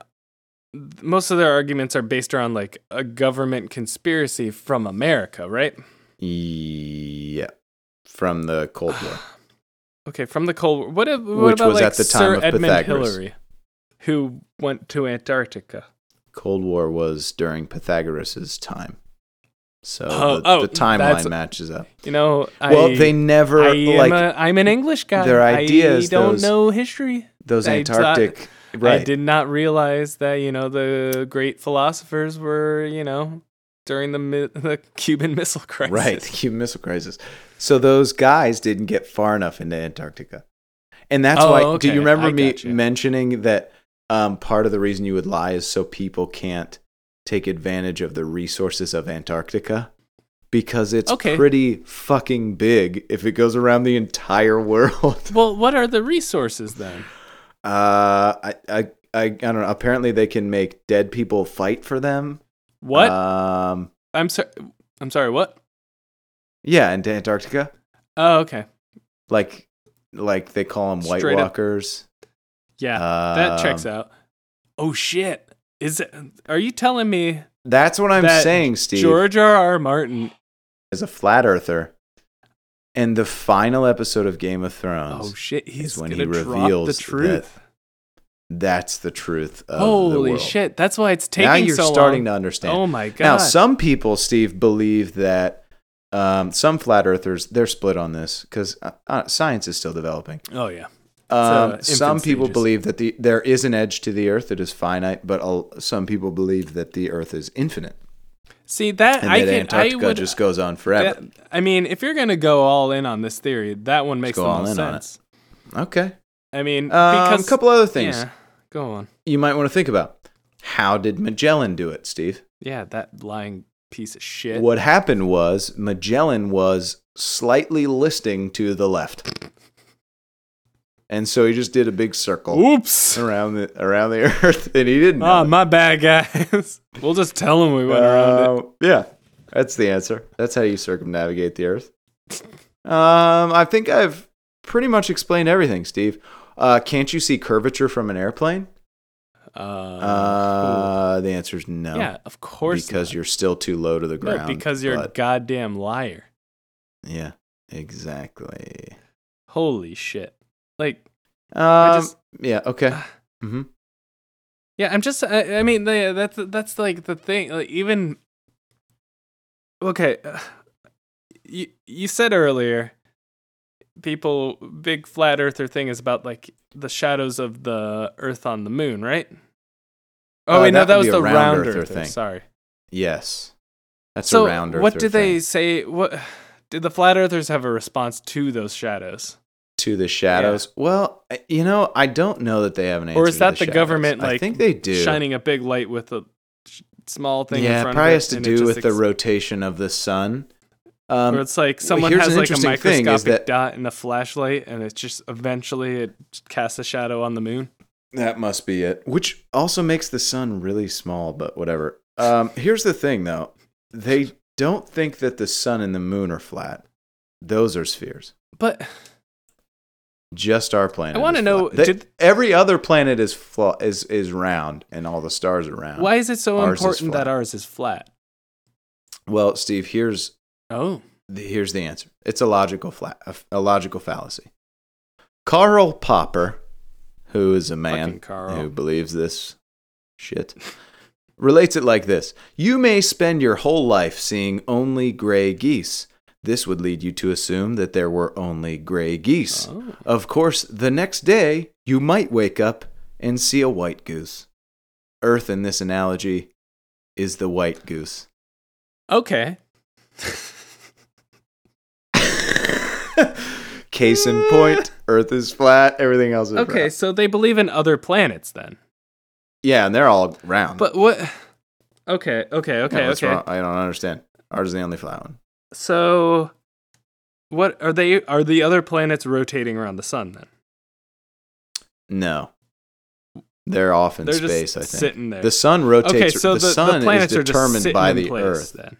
[SPEAKER 2] most of their arguments are based around like a government conspiracy from America, right?
[SPEAKER 1] Yeah, from the Cold
[SPEAKER 2] [SIGHS]
[SPEAKER 1] War.
[SPEAKER 2] Okay, from the Cold War. What, if, what
[SPEAKER 1] Which
[SPEAKER 2] about
[SPEAKER 1] was
[SPEAKER 2] like
[SPEAKER 1] at the time
[SPEAKER 2] Sir
[SPEAKER 1] of
[SPEAKER 2] Edmund
[SPEAKER 1] Pythagoras.
[SPEAKER 2] Hillary, who went to Antarctica?
[SPEAKER 1] Cold War was during Pythagoras' time, so
[SPEAKER 2] Oh,
[SPEAKER 1] the,
[SPEAKER 2] oh,
[SPEAKER 1] the timeline
[SPEAKER 2] that's-
[SPEAKER 1] matches up.
[SPEAKER 2] You know,
[SPEAKER 1] well,
[SPEAKER 2] I,
[SPEAKER 1] they never
[SPEAKER 2] I am
[SPEAKER 1] like
[SPEAKER 2] a, I'm an English guy.
[SPEAKER 1] their ideas,
[SPEAKER 2] I don't
[SPEAKER 1] those-
[SPEAKER 2] know history.
[SPEAKER 1] those
[SPEAKER 2] I-
[SPEAKER 1] Antarctic.
[SPEAKER 2] I
[SPEAKER 1] right?
[SPEAKER 2] did not realize that you know the great philosophers were you know during the mi- [LAUGHS] the Cuban Missile Crisis.
[SPEAKER 1] Right, the Cuban Missile Crisis. So those guys didn't get far enough into Antarctica, and that's
[SPEAKER 2] Oh,
[SPEAKER 1] why. Do
[SPEAKER 2] okay,
[SPEAKER 1] you remember
[SPEAKER 2] I
[SPEAKER 1] me
[SPEAKER 2] gotcha.
[SPEAKER 1] mentioning that um, part of the reason you would lie is so people can't take advantage of the resources of Antarctica because it's
[SPEAKER 2] Okay.
[SPEAKER 1] pretty fucking big if it goes around the entire world. [LAUGHS]
[SPEAKER 2] Well, what are the resources then?
[SPEAKER 1] Uh, I, I, I, I don't know. Apparently, they can make dead people fight for them.
[SPEAKER 2] What?
[SPEAKER 1] Um,
[SPEAKER 2] I'm sorry. I'm sorry. What?
[SPEAKER 1] yeah, and Antarctica,
[SPEAKER 2] Oh, okay.
[SPEAKER 1] like like they call them White
[SPEAKER 2] Straight up.
[SPEAKER 1] Walkers.
[SPEAKER 2] Yeah, that checks
[SPEAKER 1] Um,
[SPEAKER 2] out. Oh shit! Is it, are you telling me
[SPEAKER 1] That's what I'm
[SPEAKER 2] That
[SPEAKER 1] saying, Steve.
[SPEAKER 2] George R. R. Martin?
[SPEAKER 1] is a flat earther. And the final episode of Game of
[SPEAKER 2] Oh
[SPEAKER 1] Thrones,
[SPEAKER 2] shit! He's
[SPEAKER 1] when
[SPEAKER 2] gonna
[SPEAKER 1] he
[SPEAKER 2] drop the
[SPEAKER 1] reveals
[SPEAKER 2] truth.
[SPEAKER 1] that's the truth of the
[SPEAKER 2] Holy
[SPEAKER 1] world.
[SPEAKER 2] shit! That's why it's taking
[SPEAKER 1] Now you're
[SPEAKER 2] so
[SPEAKER 1] starting to
[SPEAKER 2] long.
[SPEAKER 1] understand.
[SPEAKER 2] Oh my god!
[SPEAKER 1] Now, some people, Steve, believe that um, some flat earthers, they're split on this because uh, uh, science is still developing.
[SPEAKER 2] oh yeah. uh,
[SPEAKER 1] Um,
[SPEAKER 2] infant
[SPEAKER 1] some people
[SPEAKER 2] stages.
[SPEAKER 1] believe that the, there is an edge to the earth that is finite, but al- some people believe that the earth is infinite
[SPEAKER 2] See that
[SPEAKER 1] and
[SPEAKER 2] I
[SPEAKER 1] that
[SPEAKER 2] can. I
[SPEAKER 1] Antarctica
[SPEAKER 2] would.
[SPEAKER 1] just goes on forever.
[SPEAKER 2] that- I mean, if you're gonna go all in on this theory, that one makes
[SPEAKER 1] go
[SPEAKER 2] the
[SPEAKER 1] all
[SPEAKER 2] most
[SPEAKER 1] in on it.
[SPEAKER 2] sense.
[SPEAKER 1] Okay.
[SPEAKER 2] I mean,
[SPEAKER 1] Um, a
[SPEAKER 2] because
[SPEAKER 1] couple other things
[SPEAKER 2] Yeah, go on.
[SPEAKER 1] you might want to think about. How did Magellan do it, Steve?
[SPEAKER 2] Yeah, that lying piece of shit.
[SPEAKER 1] What happened was Magellan was slightly listing to the left. And so he just did a big circle
[SPEAKER 2] Oops.
[SPEAKER 1] around the around the [LAUGHS] earth and he didn't. know
[SPEAKER 2] Oh,
[SPEAKER 1] it.
[SPEAKER 2] my bad, guys. [LAUGHS] we'll just tell them we went around it.
[SPEAKER 1] Uh, Yeah. That's the answer. That's how you circumnavigate the earth. Um, I think I've pretty much explained everything, Steve. Uh, can't you see curvature from an airplane?
[SPEAKER 2] Uh,
[SPEAKER 1] Uh, the answer is no.
[SPEAKER 2] cool. Yeah, of course.
[SPEAKER 1] because
[SPEAKER 2] not.
[SPEAKER 1] you're still too low to the ground.
[SPEAKER 2] no, because you're a
[SPEAKER 1] but-
[SPEAKER 2] goddamn liar.
[SPEAKER 1] yeah, exactly.
[SPEAKER 2] Holy shit! Like,
[SPEAKER 1] Um,
[SPEAKER 2] just- Ah.
[SPEAKER 1] yeah, okay. hmm
[SPEAKER 2] yeah, I'm just. I, I mean, the, that's that's like the thing. Like, even okay, uh, you you said earlier, people big flat earther thing is about like the shadows of the Earth on the moon, right? Oh
[SPEAKER 1] Uh,
[SPEAKER 2] wait, no,
[SPEAKER 1] that
[SPEAKER 2] that
[SPEAKER 1] would
[SPEAKER 2] was
[SPEAKER 1] be a
[SPEAKER 2] the
[SPEAKER 1] round
[SPEAKER 2] round
[SPEAKER 1] earther
[SPEAKER 2] earther
[SPEAKER 1] thing.
[SPEAKER 2] Sorry.
[SPEAKER 1] Yes, that's
[SPEAKER 2] so
[SPEAKER 1] a round.
[SPEAKER 2] what
[SPEAKER 1] earther
[SPEAKER 2] did
[SPEAKER 1] thing.
[SPEAKER 2] they say what did the flat earthers have a response to those shadows
[SPEAKER 1] to the shadows? Well, I- you know, I don't know that they have an answer.
[SPEAKER 2] Or is
[SPEAKER 1] to
[SPEAKER 2] that the
[SPEAKER 1] shadows.
[SPEAKER 2] government,
[SPEAKER 1] I
[SPEAKER 2] like,
[SPEAKER 1] think they do.
[SPEAKER 2] shining a big light with a sh- small thing in
[SPEAKER 1] yeah,
[SPEAKER 2] front
[SPEAKER 1] probably
[SPEAKER 2] of it
[SPEAKER 1] has to
[SPEAKER 2] and it
[SPEAKER 1] do
[SPEAKER 2] just
[SPEAKER 1] with the
[SPEAKER 2] ex-
[SPEAKER 1] rotation of the sun. Um,
[SPEAKER 2] or it's like someone
[SPEAKER 1] here's
[SPEAKER 2] has
[SPEAKER 1] an
[SPEAKER 2] like a
[SPEAKER 1] interesting thing is
[SPEAKER 2] microscopic
[SPEAKER 1] that-
[SPEAKER 2] dot in a flashlight and it's just eventually it casts a shadow on the moon
[SPEAKER 1] That must be it. Which also makes the sun really small, but whatever. Um, here's the thing, though. They don't think that the sun and the moon are flat. Those are spheres.
[SPEAKER 2] but
[SPEAKER 1] Just our planet.
[SPEAKER 2] I wanna
[SPEAKER 1] is
[SPEAKER 2] know,
[SPEAKER 1] flat. They-
[SPEAKER 2] did-
[SPEAKER 1] every other planet is fla- is is round, and all the stars are round.
[SPEAKER 2] why is it so
[SPEAKER 1] Ours is
[SPEAKER 2] important that
[SPEAKER 1] flat.
[SPEAKER 2] ours is flat
[SPEAKER 1] Well, Steve, here's
[SPEAKER 2] oh
[SPEAKER 1] the, here's the answer. It's a logical fla- a, a logical fallacy. Karl Popper, who is a man
[SPEAKER 2] Fucking Karl.
[SPEAKER 1] who believes this shit, relates it like this: You may spend your whole life seeing only gray geese. This would lead you to assume that there were only gray geese.
[SPEAKER 2] Oh.
[SPEAKER 1] Of course, the next day you might wake up and see a white goose. Earth, in this analogy, is the white goose.
[SPEAKER 2] okay
[SPEAKER 1] Case
[SPEAKER 2] [LAUGHS]
[SPEAKER 1] in point, Earth is flat. Everything else is
[SPEAKER 2] okay
[SPEAKER 1] round.
[SPEAKER 2] so they believe in other planets then
[SPEAKER 1] Yeah, and they're all round.
[SPEAKER 2] but what okay okay
[SPEAKER 1] Yeah,
[SPEAKER 2] okay
[SPEAKER 1] what's
[SPEAKER 2] okay
[SPEAKER 1] wrong? I don't understand. Ours is the only flat one.
[SPEAKER 2] So, what are they? Are the other planets rotating around the sun? Then
[SPEAKER 1] No, they're off in
[SPEAKER 2] they're
[SPEAKER 1] space.
[SPEAKER 2] just
[SPEAKER 1] I think
[SPEAKER 2] sitting there.
[SPEAKER 1] the sun rotates.
[SPEAKER 2] okay, so
[SPEAKER 1] the,
[SPEAKER 2] the, the
[SPEAKER 1] sun
[SPEAKER 2] planets
[SPEAKER 1] is
[SPEAKER 2] are just
[SPEAKER 1] determined
[SPEAKER 2] sitting
[SPEAKER 1] by
[SPEAKER 2] in
[SPEAKER 1] the
[SPEAKER 2] place,
[SPEAKER 1] Earth.
[SPEAKER 2] Then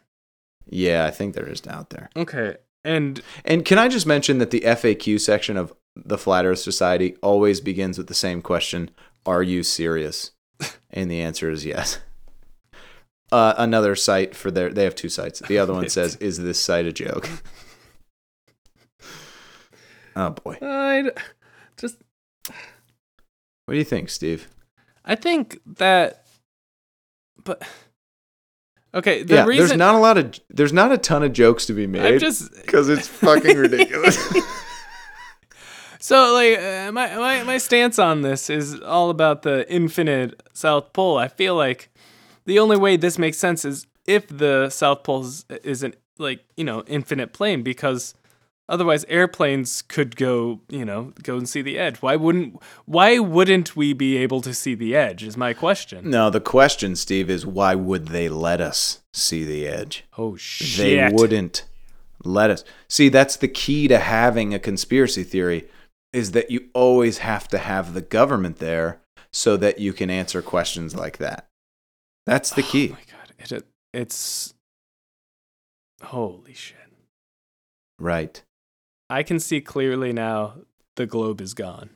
[SPEAKER 1] Yeah, I think they're just out there.
[SPEAKER 2] okay, and
[SPEAKER 1] And can I just mention that the FAQ section of the Flat Earth Society always begins with the same question Are you serious?
[SPEAKER 2] [LAUGHS]
[SPEAKER 1] And the answer is yes. Uh, another site for their, they have two sites. The other
[SPEAKER 2] [LAUGHS]
[SPEAKER 1] one says, Is this site a joke? oh boy.
[SPEAKER 2] I just
[SPEAKER 1] What do you think, Steve?
[SPEAKER 2] I think that, but okay, the
[SPEAKER 1] yeah,
[SPEAKER 2] reason
[SPEAKER 1] there's not a lot of, there's not a ton of jokes to be
[SPEAKER 2] I'm
[SPEAKER 1] made
[SPEAKER 2] just
[SPEAKER 1] because it's fucking
[SPEAKER 2] [LAUGHS]
[SPEAKER 1] ridiculous.
[SPEAKER 2] So like uh, my, my my stance on this is all about the infinite South Pole. I feel like the only way this makes sense is if the South Pole is, is an like you know infinite plane because otherwise airplanes could go you know go and see the edge. Why wouldn't why wouldn't we be able to see the edge? Is my question.
[SPEAKER 1] no, the question, Steve, is why would they let us see the edge?
[SPEAKER 2] Oh shit!
[SPEAKER 1] they wouldn't let us see that's the key to having a conspiracy theory is that you always have to have the government there so that you can answer questions like that that's the
[SPEAKER 2] Oh
[SPEAKER 1] key
[SPEAKER 2] my god! It, It's holy shit.
[SPEAKER 1] Right.
[SPEAKER 2] I can see clearly now the globe is gone.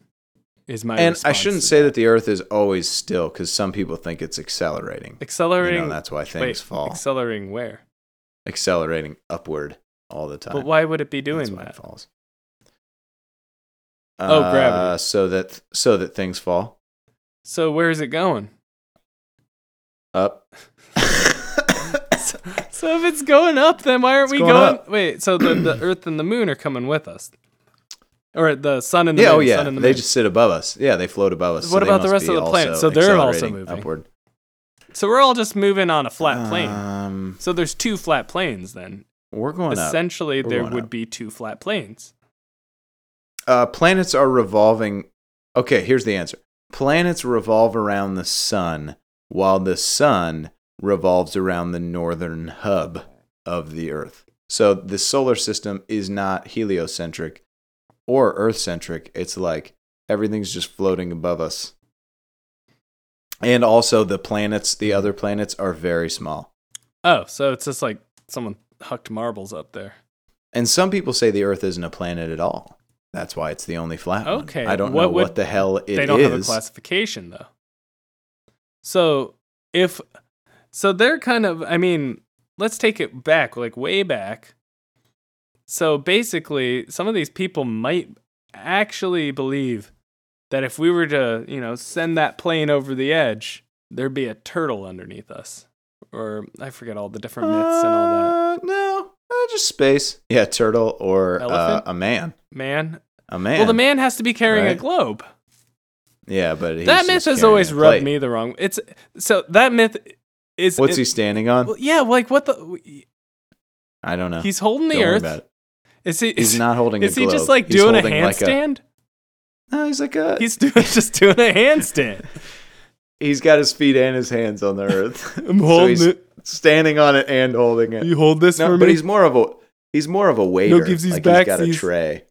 [SPEAKER 2] Is my
[SPEAKER 1] and I
[SPEAKER 2] response
[SPEAKER 1] shouldn't
[SPEAKER 2] to
[SPEAKER 1] say that the Earth is always still because some people think it's accelerating. You
[SPEAKER 2] accelerating
[SPEAKER 1] know, that's why things
[SPEAKER 2] wait,
[SPEAKER 1] fall.
[SPEAKER 2] Accelerating where?
[SPEAKER 1] accelerating upward all the time.
[SPEAKER 2] But why would it be
[SPEAKER 1] That's
[SPEAKER 2] doing
[SPEAKER 1] why it
[SPEAKER 2] that?
[SPEAKER 1] falls.
[SPEAKER 2] Oh, gravity.
[SPEAKER 1] Uh, so that so that things fall
[SPEAKER 2] So where is it going?
[SPEAKER 1] up.
[SPEAKER 2] [LAUGHS]
[SPEAKER 1] [LAUGHS]
[SPEAKER 2] So if it's going up, then why aren't
[SPEAKER 1] It's
[SPEAKER 2] we
[SPEAKER 1] going
[SPEAKER 2] going?
[SPEAKER 1] up.
[SPEAKER 2] [CLEARS THROAT] Wait, so
[SPEAKER 1] [CLEARS THROAT]
[SPEAKER 2] the, the Earth and the Moon are coming with us, or the Sun and the
[SPEAKER 1] yeah,
[SPEAKER 2] Moon?
[SPEAKER 1] oh yeah.
[SPEAKER 2] sun and the
[SPEAKER 1] they
[SPEAKER 2] moon.
[SPEAKER 1] just sit above us. Yeah, they float above us. so
[SPEAKER 2] What
[SPEAKER 1] they
[SPEAKER 2] about the
[SPEAKER 1] must
[SPEAKER 2] rest
[SPEAKER 1] be
[SPEAKER 2] of the planet?
[SPEAKER 1] also
[SPEAKER 2] So they're also
[SPEAKER 1] accelerating
[SPEAKER 2] moving.
[SPEAKER 1] upward.
[SPEAKER 2] so we're all just moving on a flat plane.
[SPEAKER 1] Um,
[SPEAKER 2] so there's two flat planes then.
[SPEAKER 1] we're going up.
[SPEAKER 2] Essentially,
[SPEAKER 1] We're
[SPEAKER 2] there
[SPEAKER 1] going
[SPEAKER 2] would
[SPEAKER 1] up.
[SPEAKER 2] be two flat planes.
[SPEAKER 1] Uh, planets are revolving. Okay, here's the answer. Planets revolve around the sun, while the sun revolves around the northern hub of the Earth. So the solar system is not heliocentric or Earth centric. It's like everything's just floating above us. And also, the planets, the
[SPEAKER 2] Mm-hmm.
[SPEAKER 1] other planets, are very small.
[SPEAKER 2] Oh, so it's just like someone hucked marbles up there.
[SPEAKER 1] And some people say the Earth isn't a planet at all. That's why it's the only flat. one.
[SPEAKER 2] Okay,
[SPEAKER 1] I don't
[SPEAKER 2] what
[SPEAKER 1] know
[SPEAKER 2] would-
[SPEAKER 1] what the hell it is.
[SPEAKER 2] they don't have a classification though. So if so, they're kind of. I mean, let's take it back, like way back. So basically, some of these people might actually believe that if we were to, you know, send that plane over the edge, there'd be a turtle underneath us, or I forget all the different myths and all that.
[SPEAKER 1] Uh, No, uh, just space. Yeah, turtle or uh,
[SPEAKER 2] Elephant?
[SPEAKER 1] a man.
[SPEAKER 2] Man,
[SPEAKER 1] A man.
[SPEAKER 2] well, the man has to be carrying a
[SPEAKER 1] Right.
[SPEAKER 2] globe.
[SPEAKER 1] Yeah, but he's
[SPEAKER 2] that myth
[SPEAKER 1] just
[SPEAKER 2] has
[SPEAKER 1] carrying
[SPEAKER 2] always
[SPEAKER 1] a
[SPEAKER 2] rubbed
[SPEAKER 1] plate.
[SPEAKER 2] me the wrong. It's so that myth is
[SPEAKER 1] What's
[SPEAKER 2] it-
[SPEAKER 1] he standing on?
[SPEAKER 2] Well, yeah, like what the?
[SPEAKER 1] I don't know.
[SPEAKER 2] He's holding the
[SPEAKER 1] Don't worry about
[SPEAKER 2] earth.
[SPEAKER 1] it.
[SPEAKER 2] Is he?
[SPEAKER 1] He's
[SPEAKER 2] is,
[SPEAKER 1] not holding.
[SPEAKER 2] Is
[SPEAKER 1] a
[SPEAKER 2] he
[SPEAKER 1] globe.
[SPEAKER 2] just like
[SPEAKER 1] He's
[SPEAKER 2] doing a
[SPEAKER 1] holding like
[SPEAKER 2] handstand?
[SPEAKER 1] no, he's like a. He's
[SPEAKER 2] He's doing [LAUGHS] just doing a handstand.
[SPEAKER 1] he's got his feet and his hands on the
[SPEAKER 2] [LAUGHS]
[SPEAKER 1] earth. [LAUGHS]
[SPEAKER 2] [LAUGHS] I'm
[SPEAKER 1] so he's
[SPEAKER 2] it.
[SPEAKER 1] standing on it and holding it.
[SPEAKER 2] hold this
[SPEAKER 1] No, but he's more of a he's more of a waiter.
[SPEAKER 2] gives these
[SPEAKER 1] like
[SPEAKER 2] backsies.
[SPEAKER 1] he's got a tray.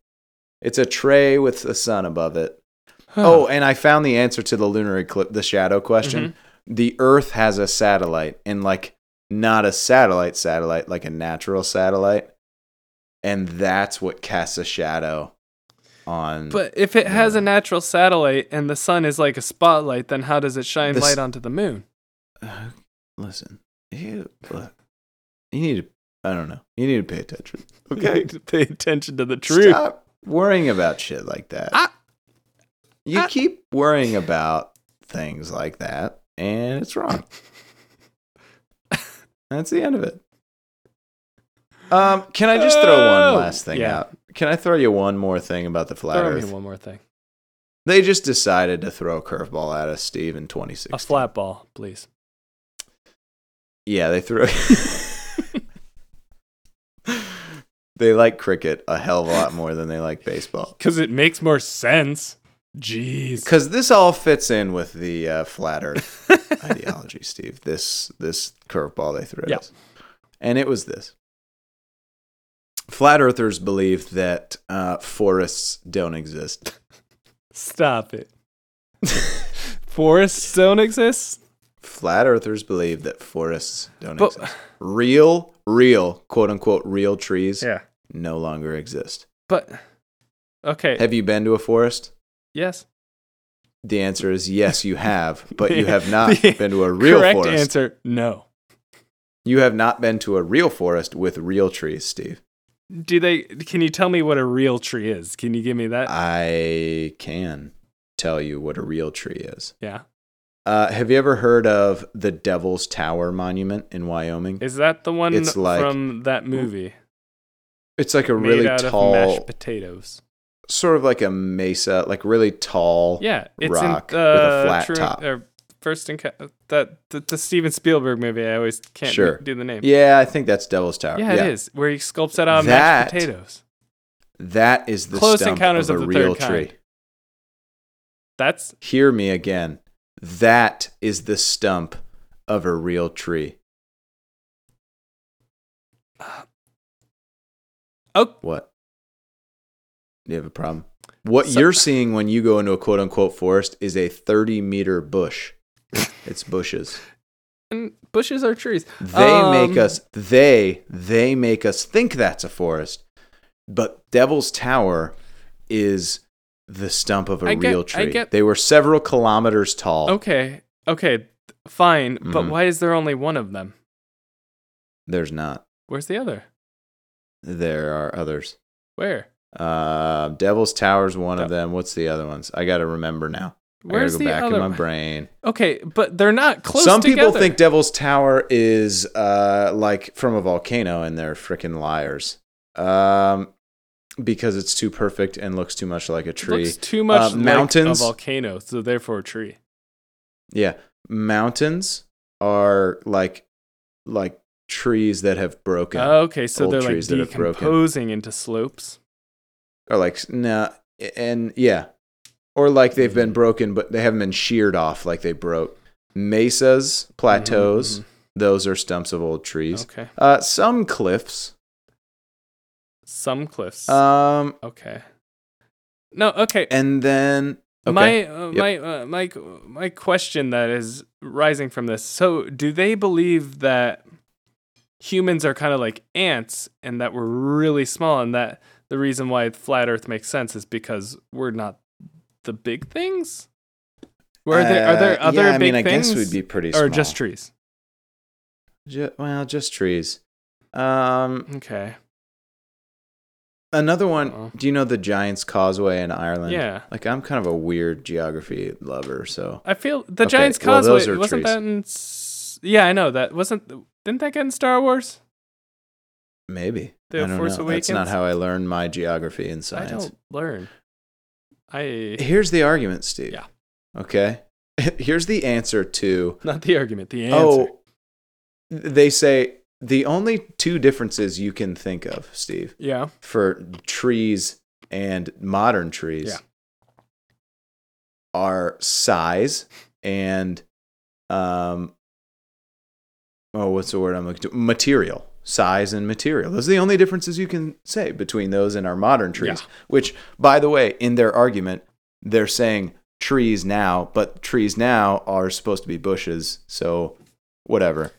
[SPEAKER 1] It's a tray with the sun above it. Oh, and I found the answer to the lunar eclipse, the shadow question. The Earth has a satellite, and like not a satellite satellite, like a natural satellite, and that's what casts a shadow on.
[SPEAKER 2] But if it has a natural satellite and the sun is like a spotlight, then how does it shine
[SPEAKER 1] This-
[SPEAKER 2] light onto
[SPEAKER 1] [LAUGHS]
[SPEAKER 2] the moon?
[SPEAKER 1] Uh, [SIGHS] listen, you look, you need to. I don't know. You need to pay attention.
[SPEAKER 2] You need to [LAUGHS] pay attention to the truth.
[SPEAKER 1] Stop worrying about shit like that.
[SPEAKER 2] I-
[SPEAKER 1] you
[SPEAKER 2] I-
[SPEAKER 1] keep worrying about things like that, and it's
[SPEAKER 2] [LAUGHS]
[SPEAKER 1] wrong. That's the end of it. Um, can I just throw
[SPEAKER 2] Oh!
[SPEAKER 1] one last thing
[SPEAKER 2] Yeah.
[SPEAKER 1] out? Can I throw you one more thing about the flat
[SPEAKER 2] Throw me
[SPEAKER 1] Earth?
[SPEAKER 2] one more thing.
[SPEAKER 1] They just decided to throw a curveball at us, Steve, in 2016.
[SPEAKER 2] A flat ball, please.
[SPEAKER 1] Yeah, they threw.
[SPEAKER 2] [LAUGHS]
[SPEAKER 1] they like cricket a hell of a lot more than they like baseball.
[SPEAKER 2] Because it makes more sense. Jeez.
[SPEAKER 1] because this all fits in with the uh, flat
[SPEAKER 2] [LAUGHS]
[SPEAKER 1] Earth ideology, Steve. This this curveball they threw at
[SPEAKER 2] Yeah.
[SPEAKER 1] us, and it was this: flat Earthers believe that uh, forests don't exist.
[SPEAKER 2] Stop it. Forests don't exist.
[SPEAKER 1] Flat Earthers believe that forests don't
[SPEAKER 2] But-
[SPEAKER 1] exist. Real, real, quote unquote, real trees no longer exist.
[SPEAKER 2] But okay.
[SPEAKER 1] Have you been to a forest?
[SPEAKER 2] yes.
[SPEAKER 1] The answer is yes, you have, but
[SPEAKER 2] [LAUGHS]
[SPEAKER 1] you have not
[SPEAKER 2] The
[SPEAKER 1] been to a real
[SPEAKER 2] Correct
[SPEAKER 1] forest.
[SPEAKER 2] answer. No.
[SPEAKER 1] You have not been to a real forest with real trees, Steve.
[SPEAKER 2] Do they? Can you tell me what a real tree is? Can you give me that?
[SPEAKER 1] Uh, I can tell you what a real tree is.
[SPEAKER 2] yeah.
[SPEAKER 1] Uh, have you ever heard of the Devil's Tower Monument in Wyoming?
[SPEAKER 2] Is that the one
[SPEAKER 1] It's like-
[SPEAKER 2] from that movie?
[SPEAKER 1] It's like a
[SPEAKER 2] made
[SPEAKER 1] really
[SPEAKER 2] out of
[SPEAKER 1] tall,
[SPEAKER 2] mashed potatoes.
[SPEAKER 1] sort of like a mesa, like really tall.
[SPEAKER 2] Yeah, it's
[SPEAKER 1] rock
[SPEAKER 2] in
[SPEAKER 1] with
[SPEAKER 2] the
[SPEAKER 1] a flat top.
[SPEAKER 2] Or first in that the, the Steven Spielberg movie. I always can't
[SPEAKER 1] Sure.
[SPEAKER 2] do the name.
[SPEAKER 1] Yeah, I think that's Devil's Tower.
[SPEAKER 2] Yeah, it is where he sculpts it out of
[SPEAKER 1] That-
[SPEAKER 2] mashed potatoes.
[SPEAKER 1] That is the
[SPEAKER 2] Close
[SPEAKER 1] stump
[SPEAKER 2] Encounters
[SPEAKER 1] of,
[SPEAKER 2] of
[SPEAKER 1] a
[SPEAKER 2] the
[SPEAKER 1] real
[SPEAKER 2] Third
[SPEAKER 1] tree.
[SPEAKER 2] Kind. That's
[SPEAKER 1] Hear me again. That is the stump of a real tree.
[SPEAKER 2] oh
[SPEAKER 1] What? Do you have a problem? What
[SPEAKER 2] So-
[SPEAKER 1] you're seeing when you go into a quote unquote forest is a 30 meter bush. it's bushes.
[SPEAKER 2] and bushes are trees.
[SPEAKER 1] They make
[SPEAKER 2] Um,
[SPEAKER 1] us they they make us think that's a forest, but Devil's Tower is the stump of a
[SPEAKER 2] I get-
[SPEAKER 1] real
[SPEAKER 2] I
[SPEAKER 1] tree.
[SPEAKER 2] get- Oh.
[SPEAKER 1] They were several kilometers tall.
[SPEAKER 2] Okay, okay, fine. But
[SPEAKER 1] Mhm.
[SPEAKER 2] why is there only one of them?
[SPEAKER 1] There's not.
[SPEAKER 2] Where's the other?
[SPEAKER 1] There are others.
[SPEAKER 2] Where?
[SPEAKER 1] Uh, Devil's Tower's one of
[SPEAKER 2] Yep.
[SPEAKER 1] them. What's the other ones? I got to remember now.
[SPEAKER 2] Where's
[SPEAKER 1] I gotta
[SPEAKER 2] the
[SPEAKER 1] go back
[SPEAKER 2] other?
[SPEAKER 1] in my
[SPEAKER 2] one?
[SPEAKER 1] brain.
[SPEAKER 2] Okay, but they're not close.
[SPEAKER 1] Some
[SPEAKER 2] together.
[SPEAKER 1] people think Devil's Tower is uh, like from a volcano, and they're freaking liars. Um, because it's too perfect and looks too much like a tree.
[SPEAKER 2] looks too much
[SPEAKER 1] Uh,
[SPEAKER 2] like
[SPEAKER 1] mountains.
[SPEAKER 2] a volcano, so therefore a tree.
[SPEAKER 1] Yeah, mountains are like like trees that have broken.
[SPEAKER 2] Okay, so
[SPEAKER 1] Old
[SPEAKER 2] they're like
[SPEAKER 1] trees that have broken.
[SPEAKER 2] decomposing into slopes.
[SPEAKER 1] or like nah, and yeah, or like they've been broken, but they haven't been sheared off like they broke. Mesas, plateaus,
[SPEAKER 2] Mhm,
[SPEAKER 1] those are stumps of old
[SPEAKER 2] mhm.
[SPEAKER 1] trees.
[SPEAKER 2] Okay,
[SPEAKER 1] Uh, some cliffs.
[SPEAKER 2] some cliffs.
[SPEAKER 1] Um,
[SPEAKER 2] okay. No, okay.
[SPEAKER 1] and then okay.
[SPEAKER 2] My uh,
[SPEAKER 1] Yep.
[SPEAKER 2] my uh, my my question that is rising from this. So, do they believe that humans are kind of like ants and that we're really small and that the reason why flat earth makes sense is because we're not the big things? Where are there are there
[SPEAKER 1] Uh,
[SPEAKER 2] other
[SPEAKER 1] yeah, I mean,
[SPEAKER 2] big
[SPEAKER 1] I
[SPEAKER 2] things
[SPEAKER 1] guess we'd be pretty small.
[SPEAKER 2] or just trees?
[SPEAKER 1] Ju- well, just trees. Um,
[SPEAKER 2] Okay.
[SPEAKER 1] another one.
[SPEAKER 2] Uh-oh.
[SPEAKER 1] Do you know the Giant's Causeway in Ireland?
[SPEAKER 2] Uh-huh. Yeah.
[SPEAKER 1] Like I'm kind of a weird geography lover, so
[SPEAKER 2] I feel the
[SPEAKER 1] Okay,
[SPEAKER 2] Giant's
[SPEAKER 1] well,
[SPEAKER 2] Causeway
[SPEAKER 1] those are
[SPEAKER 2] wasn't
[SPEAKER 1] trees.
[SPEAKER 2] that in s- Yeah, I know that. Wasn't didn't that get in Star Wars?
[SPEAKER 1] maybe
[SPEAKER 2] The
[SPEAKER 1] I don't
[SPEAKER 2] Force
[SPEAKER 1] know. That's not
[SPEAKER 2] Awakens?
[SPEAKER 1] how I learned my geography and
[SPEAKER 2] I
[SPEAKER 1] science.
[SPEAKER 2] don't learn. I
[SPEAKER 1] Here's the argument, Steve.
[SPEAKER 2] Yeah.
[SPEAKER 1] Okay. [LAUGHS] Here's the answer to
[SPEAKER 2] [LAUGHS] Not the argument, the answer.
[SPEAKER 1] oh, they say the only two differences you can think of, Steve,
[SPEAKER 2] yeah.
[SPEAKER 1] for trees and modern trees
[SPEAKER 2] Yeah.
[SPEAKER 1] are size and um oh what's the word I'm looking to material size and material those are the only differences you can say between those and our modern trees
[SPEAKER 2] Yeah.
[SPEAKER 1] which by the way in their argument they're saying trees now but trees now are supposed to be bushes so whatever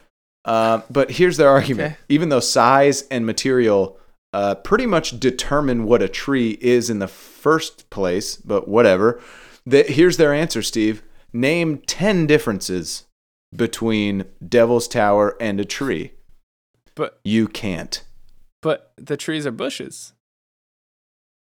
[SPEAKER 1] uh, but here's their argument
[SPEAKER 2] Okay.
[SPEAKER 1] even though size and material uh, pretty much determine what a tree is in the first place, but whatever. The, here's their answer, Steve. Name 10 differences between Devil's Tower and a tree.
[SPEAKER 2] But
[SPEAKER 1] You can't.
[SPEAKER 2] but the trees are bushes.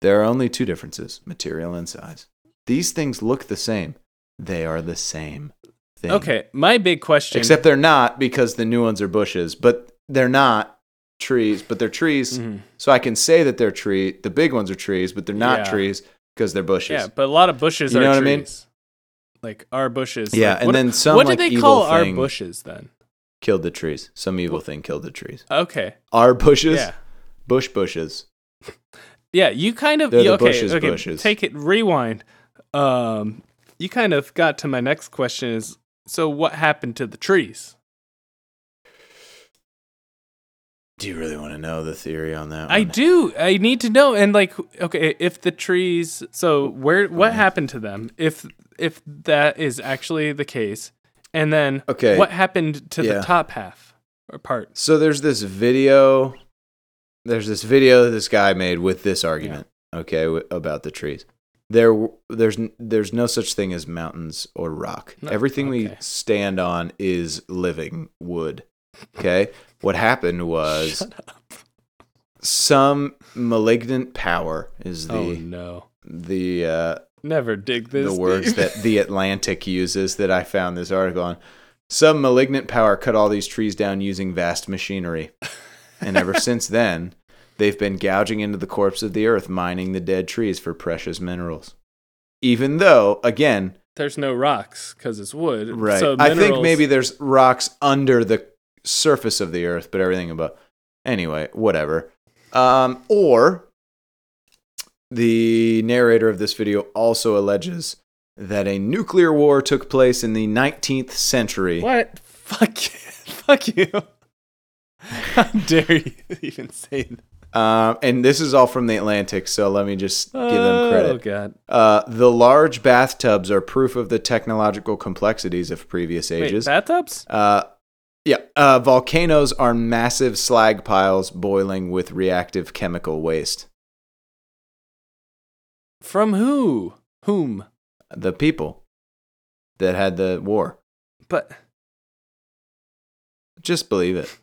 [SPEAKER 1] There are only two differences material and size. These things look the same, they are the same thing.
[SPEAKER 2] Okay, my big question
[SPEAKER 1] Except they're not because the new ones are bushes, but they're not trees, but they're trees.
[SPEAKER 2] Mhm.
[SPEAKER 1] So I can say that they're tree. The big ones are trees, but they're not
[SPEAKER 2] Yeah.
[SPEAKER 1] trees because they're bushes.
[SPEAKER 2] Yeah, but a lot of bushes
[SPEAKER 1] You
[SPEAKER 2] are
[SPEAKER 1] know what I
[SPEAKER 2] trees.
[SPEAKER 1] mean?
[SPEAKER 2] Like our bushes.
[SPEAKER 1] Yeah,
[SPEAKER 2] like,
[SPEAKER 1] and
[SPEAKER 2] what-
[SPEAKER 1] then some,
[SPEAKER 2] What
[SPEAKER 1] like,
[SPEAKER 2] do they
[SPEAKER 1] evil
[SPEAKER 2] call our
[SPEAKER 1] thing-
[SPEAKER 2] bushes then?
[SPEAKER 1] Killed the trees. Some evil
[SPEAKER 2] Well-
[SPEAKER 1] thing killed the trees.
[SPEAKER 2] Okay.
[SPEAKER 1] Our bushes,
[SPEAKER 2] Yeah.
[SPEAKER 1] bush bushes.
[SPEAKER 2] Yeah, you kind of
[SPEAKER 1] They're the
[SPEAKER 2] okay,
[SPEAKER 1] bushes,
[SPEAKER 2] okay,
[SPEAKER 1] bushes.
[SPEAKER 2] Take it rewind. Um you kind of got to my next question is so what happened to the trees?
[SPEAKER 1] Do you really want to know the theory on that?
[SPEAKER 2] I
[SPEAKER 1] one?
[SPEAKER 2] do. I need to know. And like, okay, if the trees, so where, what happened to them? If if that is actually the case, and then
[SPEAKER 1] Okay.
[SPEAKER 2] what happened to
[SPEAKER 1] Yeah.
[SPEAKER 2] the top half or part?
[SPEAKER 1] So there's this video. There's this video that this guy made with this argument. Okay, w- about the trees. There, w- there's n- there's no such thing as mountains or rock.
[SPEAKER 2] No,
[SPEAKER 1] Everything we
[SPEAKER 2] okay.
[SPEAKER 1] stand on is living wood. Okay. what happened was some malignant power is the
[SPEAKER 2] oh no!
[SPEAKER 1] the uh,
[SPEAKER 2] Never dig this.
[SPEAKER 1] the words
[SPEAKER 2] deep. [LAUGHS]
[SPEAKER 1] that the Atlantic uses that I found this article on. Some malignant power cut all these trees down using vast machinery. And ever since then, they've been gouging into the corpse of the earth, mining the dead trees for precious minerals. Even though, again,
[SPEAKER 2] there's no rocks because it's wood.
[SPEAKER 1] right,
[SPEAKER 2] So
[SPEAKER 1] I think
[SPEAKER 2] minerals-
[SPEAKER 1] maybe there's rocks under the surface of the earth, but everything above. Anyway, whatever. Um, or the narrator of this video also alleges that a nuclear war took place in the 19th century.
[SPEAKER 2] what? Fuck [LAUGHS] you! Fuck you! How dare you [LAUGHS] even say that?
[SPEAKER 1] Um, and this is all from the Atlantic, so let me just give them
[SPEAKER 2] Oh
[SPEAKER 1] credit.
[SPEAKER 2] god!
[SPEAKER 1] Uh, the large bathtubs are proof of the technological complexities of previous
[SPEAKER 2] Wait,
[SPEAKER 1] ages.
[SPEAKER 2] bathtubs?
[SPEAKER 1] uh, Yeah. Uh, volcanoes are massive slag piles boiling with reactive chemical waste.
[SPEAKER 2] From who? Whom?
[SPEAKER 1] The people that had the war.
[SPEAKER 2] But
[SPEAKER 1] Just believe it.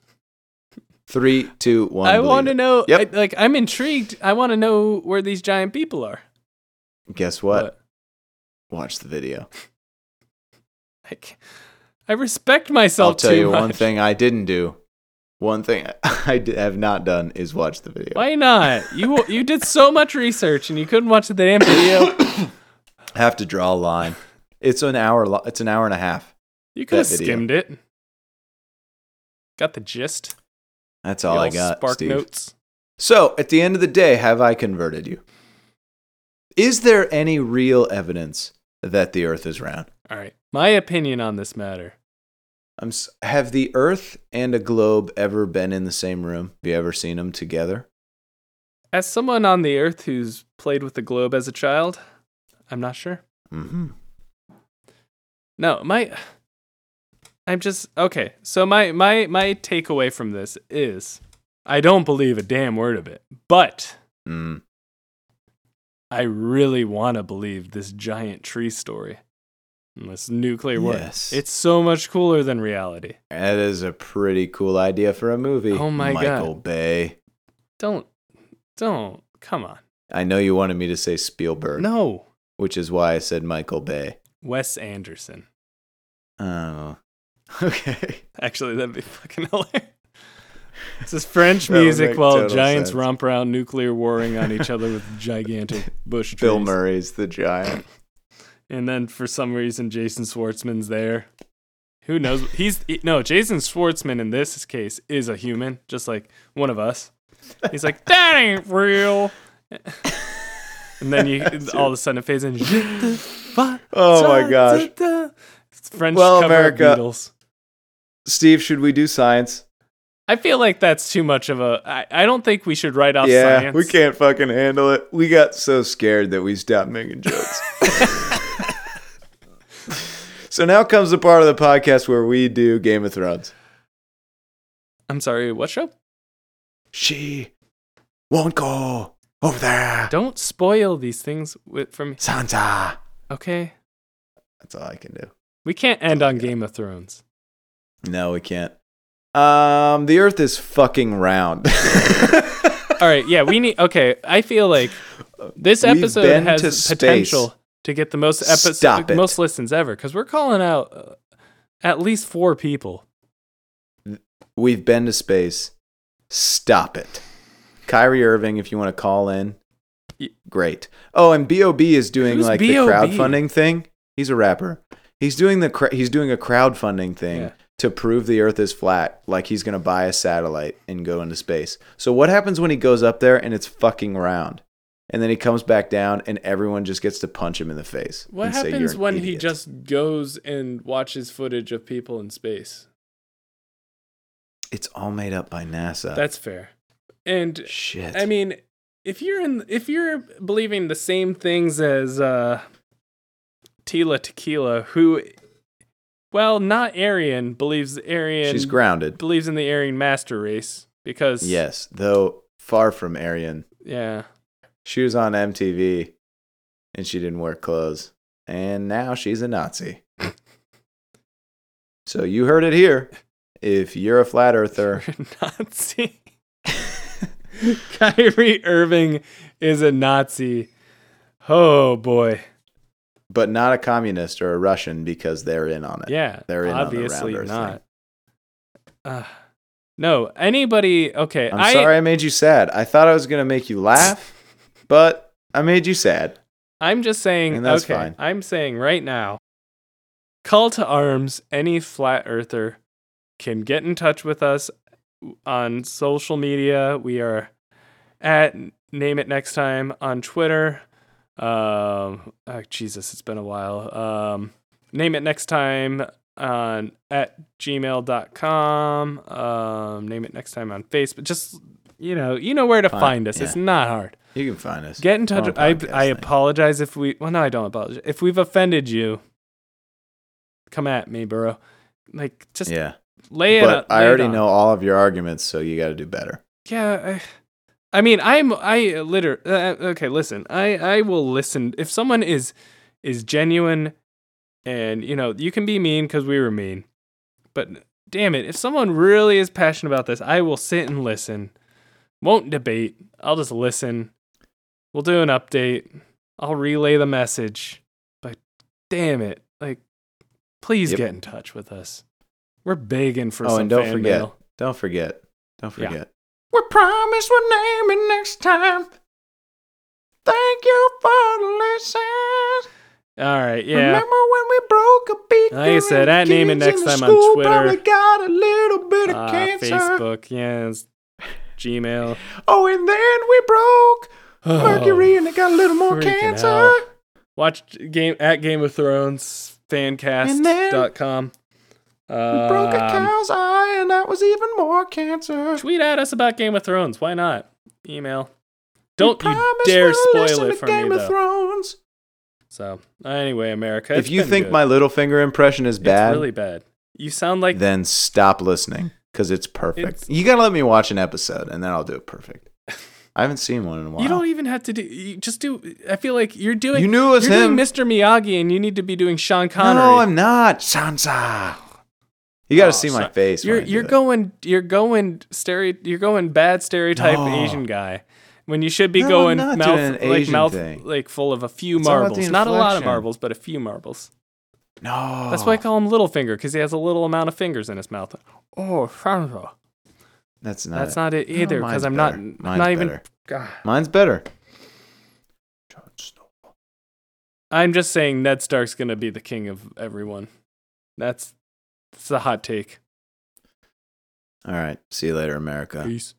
[SPEAKER 1] Three, two, one.
[SPEAKER 2] I
[SPEAKER 1] believe
[SPEAKER 2] want to
[SPEAKER 1] it.
[SPEAKER 2] know.
[SPEAKER 1] Yep.
[SPEAKER 2] I, like I'm intrigued. I want to know where these giant people are.
[SPEAKER 1] Guess what?
[SPEAKER 2] But
[SPEAKER 1] Watch the video.
[SPEAKER 2] I, can't- I respect myself
[SPEAKER 1] I'll tell
[SPEAKER 2] too
[SPEAKER 1] you one
[SPEAKER 2] much.
[SPEAKER 1] thing I didn't do. One thing [LAUGHS] I d- have not done is watch the video.
[SPEAKER 2] [LAUGHS] Why not? You you did so much research and you couldn't watch the damn
[SPEAKER 1] [COUGHS]
[SPEAKER 2] video.
[SPEAKER 1] I have to draw a line. It's an hour. Lo- it's an hour and a half.
[SPEAKER 2] You could have
[SPEAKER 1] video.
[SPEAKER 2] skimmed it. Got the gist.
[SPEAKER 1] That's all
[SPEAKER 2] The
[SPEAKER 1] I
[SPEAKER 2] old
[SPEAKER 1] got,
[SPEAKER 2] Spark
[SPEAKER 1] Steve.
[SPEAKER 2] notes.
[SPEAKER 1] So, at the end of the day, have I converted you? Is there any real evidence that the Earth is round?
[SPEAKER 2] All right. My opinion on this matter.
[SPEAKER 1] I'm, s- have the Earth and a globe ever been in the same room? Have you ever seen them together?
[SPEAKER 2] As someone on the earth who's played with the globe as a child, I'm not sure.
[SPEAKER 1] Mm-hmm.
[SPEAKER 2] No, my I'm just okay. So my my my takeaway from this is I don't believe a damn word of it. But
[SPEAKER 1] Mm.
[SPEAKER 2] I really want to believe this giant tree story. and This nuclear war.
[SPEAKER 1] Yes.
[SPEAKER 2] It's so much cooler than reality.
[SPEAKER 1] That is a pretty cool idea for a movie.
[SPEAKER 2] Oh my God.
[SPEAKER 1] Michael Bay.
[SPEAKER 2] Don't don't come on.
[SPEAKER 1] I know you wanted me to say Spielberg,
[SPEAKER 2] No.
[SPEAKER 1] which is why I said Michael Bay.
[SPEAKER 2] Wes Anderson.
[SPEAKER 1] Oh, [LAUGHS] okay.
[SPEAKER 2] Actually, that'd
[SPEAKER 1] [LAUGHS]
[SPEAKER 2] be fucking hilarious. This is French
[SPEAKER 1] That would
[SPEAKER 2] music
[SPEAKER 1] make
[SPEAKER 2] while
[SPEAKER 1] total
[SPEAKER 2] giants
[SPEAKER 1] sense.
[SPEAKER 2] romp around nuclear warring on each other
[SPEAKER 1] [LAUGHS]
[SPEAKER 2] with gigantic bush trees.
[SPEAKER 1] Bill Murray's the giant.
[SPEAKER 2] And then for some reason, Jason Schwartzman's there. Who knows? He's he- no Jason Schwartzman in this case is a human, just like one of us. He's like that ain't real. [LAUGHS] and then you all of a sudden it fades in.
[SPEAKER 1] [LAUGHS] Oh my gosh.
[SPEAKER 2] It's French
[SPEAKER 1] Well,
[SPEAKER 2] cover
[SPEAKER 1] America.
[SPEAKER 2] of Beatles.
[SPEAKER 1] Steve, should we do science?
[SPEAKER 2] I feel like that's too much of a. I, I don't think we should write off
[SPEAKER 1] yeah,
[SPEAKER 2] science.
[SPEAKER 1] we can't fucking handle it. We got so scared that we stopped making
[SPEAKER 2] [LAUGHS]
[SPEAKER 1] jokes. so now comes the part of the podcast where we do Game of Thrones.
[SPEAKER 2] I'm sorry. What show?
[SPEAKER 1] She won't go over there.
[SPEAKER 2] Don't spoil these things with, for me.
[SPEAKER 1] Sansa.
[SPEAKER 2] Okay,
[SPEAKER 1] That's all I can do.
[SPEAKER 2] we can't end on Game of Thrones.
[SPEAKER 1] No, we can't. Um, the Earth is fucking round. [LAUGHS]
[SPEAKER 2] All right, yeah, we need. Okay, I feel like this
[SPEAKER 1] We've
[SPEAKER 2] episode
[SPEAKER 1] been
[SPEAKER 2] has
[SPEAKER 1] to space.
[SPEAKER 2] potential to get the most
[SPEAKER 1] Stop
[SPEAKER 2] episode,
[SPEAKER 1] it.
[SPEAKER 2] most listens ever, because we're calling out uh, at least four people.
[SPEAKER 1] We've been to space. Stop it. Kyrie Irving, if you want to call in,
[SPEAKER 2] Y-
[SPEAKER 1] great. Oh, and Bob is doing
[SPEAKER 2] Who's
[SPEAKER 1] like
[SPEAKER 2] B.O.B.?
[SPEAKER 1] the crowdfunding thing. He's a rapper. He's doing the cra- he's doing a crowdfunding thing
[SPEAKER 2] Yeah.
[SPEAKER 1] to prove the Earth is flat. Like he's gonna buy a satellite and go into space. So what happens when he goes up there and it's fucking round, and then he comes back down and everyone just gets to punch him in the face?
[SPEAKER 2] What
[SPEAKER 1] and say, "You're
[SPEAKER 2] happens
[SPEAKER 1] an
[SPEAKER 2] when he
[SPEAKER 1] idiot."
[SPEAKER 2] just goes and watches footage of people in space?
[SPEAKER 1] It's all made up by NASA.
[SPEAKER 2] That's fair. And
[SPEAKER 1] Uh, shit.
[SPEAKER 2] I mean, if you're in, if you're believing the same things as uh, Tila Tequila, who, well, not Arian, believes Arian.
[SPEAKER 1] she's grounded.
[SPEAKER 2] believes in the Aryan master race because
[SPEAKER 1] Yes, though far from Aryan.
[SPEAKER 2] yeah.
[SPEAKER 1] She was on MTV and she didn't wear clothes. And now she's a Nazi.
[SPEAKER 2] [LAUGHS]
[SPEAKER 1] so you heard it here. If you're a flat earther,
[SPEAKER 2] [LAUGHS] Nazi. Kyrie Irving is a Nazi. Oh boy.
[SPEAKER 1] but not a communist or a Russian because they're in on it.
[SPEAKER 2] Yeah.
[SPEAKER 1] They're in on the
[SPEAKER 2] obviously
[SPEAKER 1] round earth
[SPEAKER 2] not. Uh, no, anybody okay,
[SPEAKER 1] I'm
[SPEAKER 2] I-
[SPEAKER 1] sorry I made you sad. I thought I was going to make you laugh,
[SPEAKER 2] [LAUGHS]
[SPEAKER 1] but I made you sad.
[SPEAKER 2] I'm just saying
[SPEAKER 1] And that's
[SPEAKER 2] okay.
[SPEAKER 1] fine.
[SPEAKER 2] I'm saying right now call to arms any flat earther can get in touch with us on social media. We are at name it next time on Twitter. Um, oh, Jesus, it's been a while. Um, name it next time on at gmail.com. Um, name it next time on Facebook. Just you know, you know where to
[SPEAKER 1] Fine,
[SPEAKER 2] find us. It's not hard.
[SPEAKER 1] You can find us.
[SPEAKER 2] Get in touch.
[SPEAKER 1] on a
[SPEAKER 2] with- I
[SPEAKER 1] podcast
[SPEAKER 2] I
[SPEAKER 1] thing.
[SPEAKER 2] apologize if we. Well, no, I don't apologize. If we've offended you, come at me, bro. Like, just
[SPEAKER 1] Yeah.
[SPEAKER 2] Lay it.
[SPEAKER 1] but
[SPEAKER 2] on-
[SPEAKER 1] I
[SPEAKER 2] lay it
[SPEAKER 1] already
[SPEAKER 2] on.
[SPEAKER 1] know all of your arguments, so you got to do better.
[SPEAKER 2] Yeah, I, I mean, I'm I liter. Uh, okay, listen, I I will listen if someone is is genuine, and you know you can be mean because we were mean, but damn it, if someone really is passionate about this, I will sit and listen. Won't debate. I'll just listen. We'll do an update. I'll relay the message. But damn it, like, please
[SPEAKER 1] Yep.
[SPEAKER 2] get in touch with us. We're begging for
[SPEAKER 1] oh,
[SPEAKER 2] some
[SPEAKER 1] and don't
[SPEAKER 2] fan
[SPEAKER 1] forget,
[SPEAKER 2] mail.
[SPEAKER 1] don't forget, don't
[SPEAKER 2] Yeah.
[SPEAKER 1] forget. We promise we'll name it next time. Thank you for listening.
[SPEAKER 2] All right, yeah.
[SPEAKER 1] Remember when we broke a beak?
[SPEAKER 2] Like I
[SPEAKER 1] and
[SPEAKER 2] said,
[SPEAKER 1] the
[SPEAKER 2] I name it
[SPEAKER 1] kids in
[SPEAKER 2] next
[SPEAKER 1] the
[SPEAKER 2] time on
[SPEAKER 1] school
[SPEAKER 2] Twitter.
[SPEAKER 1] Probably got a little bit of
[SPEAKER 2] Ah,
[SPEAKER 1] cancer.
[SPEAKER 2] Facebook, yes, Gmail.
[SPEAKER 1] Oh, and then we broke Mercury, and it got a little more
[SPEAKER 2] Oh, freaking
[SPEAKER 1] cancer.
[SPEAKER 2] hell. Watch game at Game of Thrones fancast.com.
[SPEAKER 1] We broke a
[SPEAKER 2] Um,
[SPEAKER 1] cow's eye, and that was even more cancer.
[SPEAKER 2] tweet at us about Game of Thrones. Why not? Email. Don't
[SPEAKER 1] We
[SPEAKER 2] you
[SPEAKER 1] promise
[SPEAKER 2] dare
[SPEAKER 1] we'll
[SPEAKER 2] spoil
[SPEAKER 1] listen
[SPEAKER 2] it
[SPEAKER 1] to
[SPEAKER 2] for
[SPEAKER 1] Game
[SPEAKER 2] me
[SPEAKER 1] of
[SPEAKER 2] though.
[SPEAKER 1] Thrones.
[SPEAKER 2] So anyway, America.
[SPEAKER 1] If
[SPEAKER 2] it's
[SPEAKER 1] you
[SPEAKER 2] been
[SPEAKER 1] think
[SPEAKER 2] good.
[SPEAKER 1] my little finger impression is
[SPEAKER 2] it's
[SPEAKER 1] bad,
[SPEAKER 2] really bad. You sound like Mm.
[SPEAKER 1] then stop listening because it's perfect.
[SPEAKER 2] It's-
[SPEAKER 1] you gotta let me watch an episode and then I'll do it
[SPEAKER 2] [LAUGHS]
[SPEAKER 1] perfect. I haven't seen one in a while.
[SPEAKER 2] you don't even have to do. You just do. I feel like you're doing.
[SPEAKER 1] You knew it was
[SPEAKER 2] you're
[SPEAKER 1] him.
[SPEAKER 2] doing Mr. Miyagi, and you need to be doing Sean Connery.
[SPEAKER 1] No, I'm not Sansa. You gotta
[SPEAKER 2] Oh,
[SPEAKER 1] see my
[SPEAKER 2] sorry.
[SPEAKER 1] face. when
[SPEAKER 2] You're
[SPEAKER 1] I do
[SPEAKER 2] you're
[SPEAKER 1] it.
[SPEAKER 2] going you're going stereo you're going bad stereotype
[SPEAKER 1] No.
[SPEAKER 2] Asian guy when you should be
[SPEAKER 1] No, I'm
[SPEAKER 2] going
[SPEAKER 1] not
[SPEAKER 2] mouth
[SPEAKER 1] doing an
[SPEAKER 2] like
[SPEAKER 1] Asian
[SPEAKER 2] mouth
[SPEAKER 1] thing.
[SPEAKER 2] like full of a few
[SPEAKER 1] It's all about
[SPEAKER 2] marbles,
[SPEAKER 1] the
[SPEAKER 2] not a lot of
[SPEAKER 1] inflection. Oh.
[SPEAKER 2] marbles, but a few marbles.
[SPEAKER 1] No,
[SPEAKER 2] That's why I call him Little Finger because he has a little amount of fingers in his mouth. Oh, Sandra.
[SPEAKER 1] that's not.
[SPEAKER 2] that's
[SPEAKER 1] it.
[SPEAKER 2] not it
[SPEAKER 1] No,
[SPEAKER 2] either because
[SPEAKER 1] mine's
[SPEAKER 2] I'm not
[SPEAKER 1] better.
[SPEAKER 2] I'm
[SPEAKER 1] Mine's
[SPEAKER 2] not even.
[SPEAKER 1] better.
[SPEAKER 2] God.
[SPEAKER 1] Mine's better. Jon Snow.
[SPEAKER 2] I'm just saying Ned Stark's gonna be the king of everyone. That's that's a hot take.
[SPEAKER 1] All right. See you later, America.
[SPEAKER 2] Peace.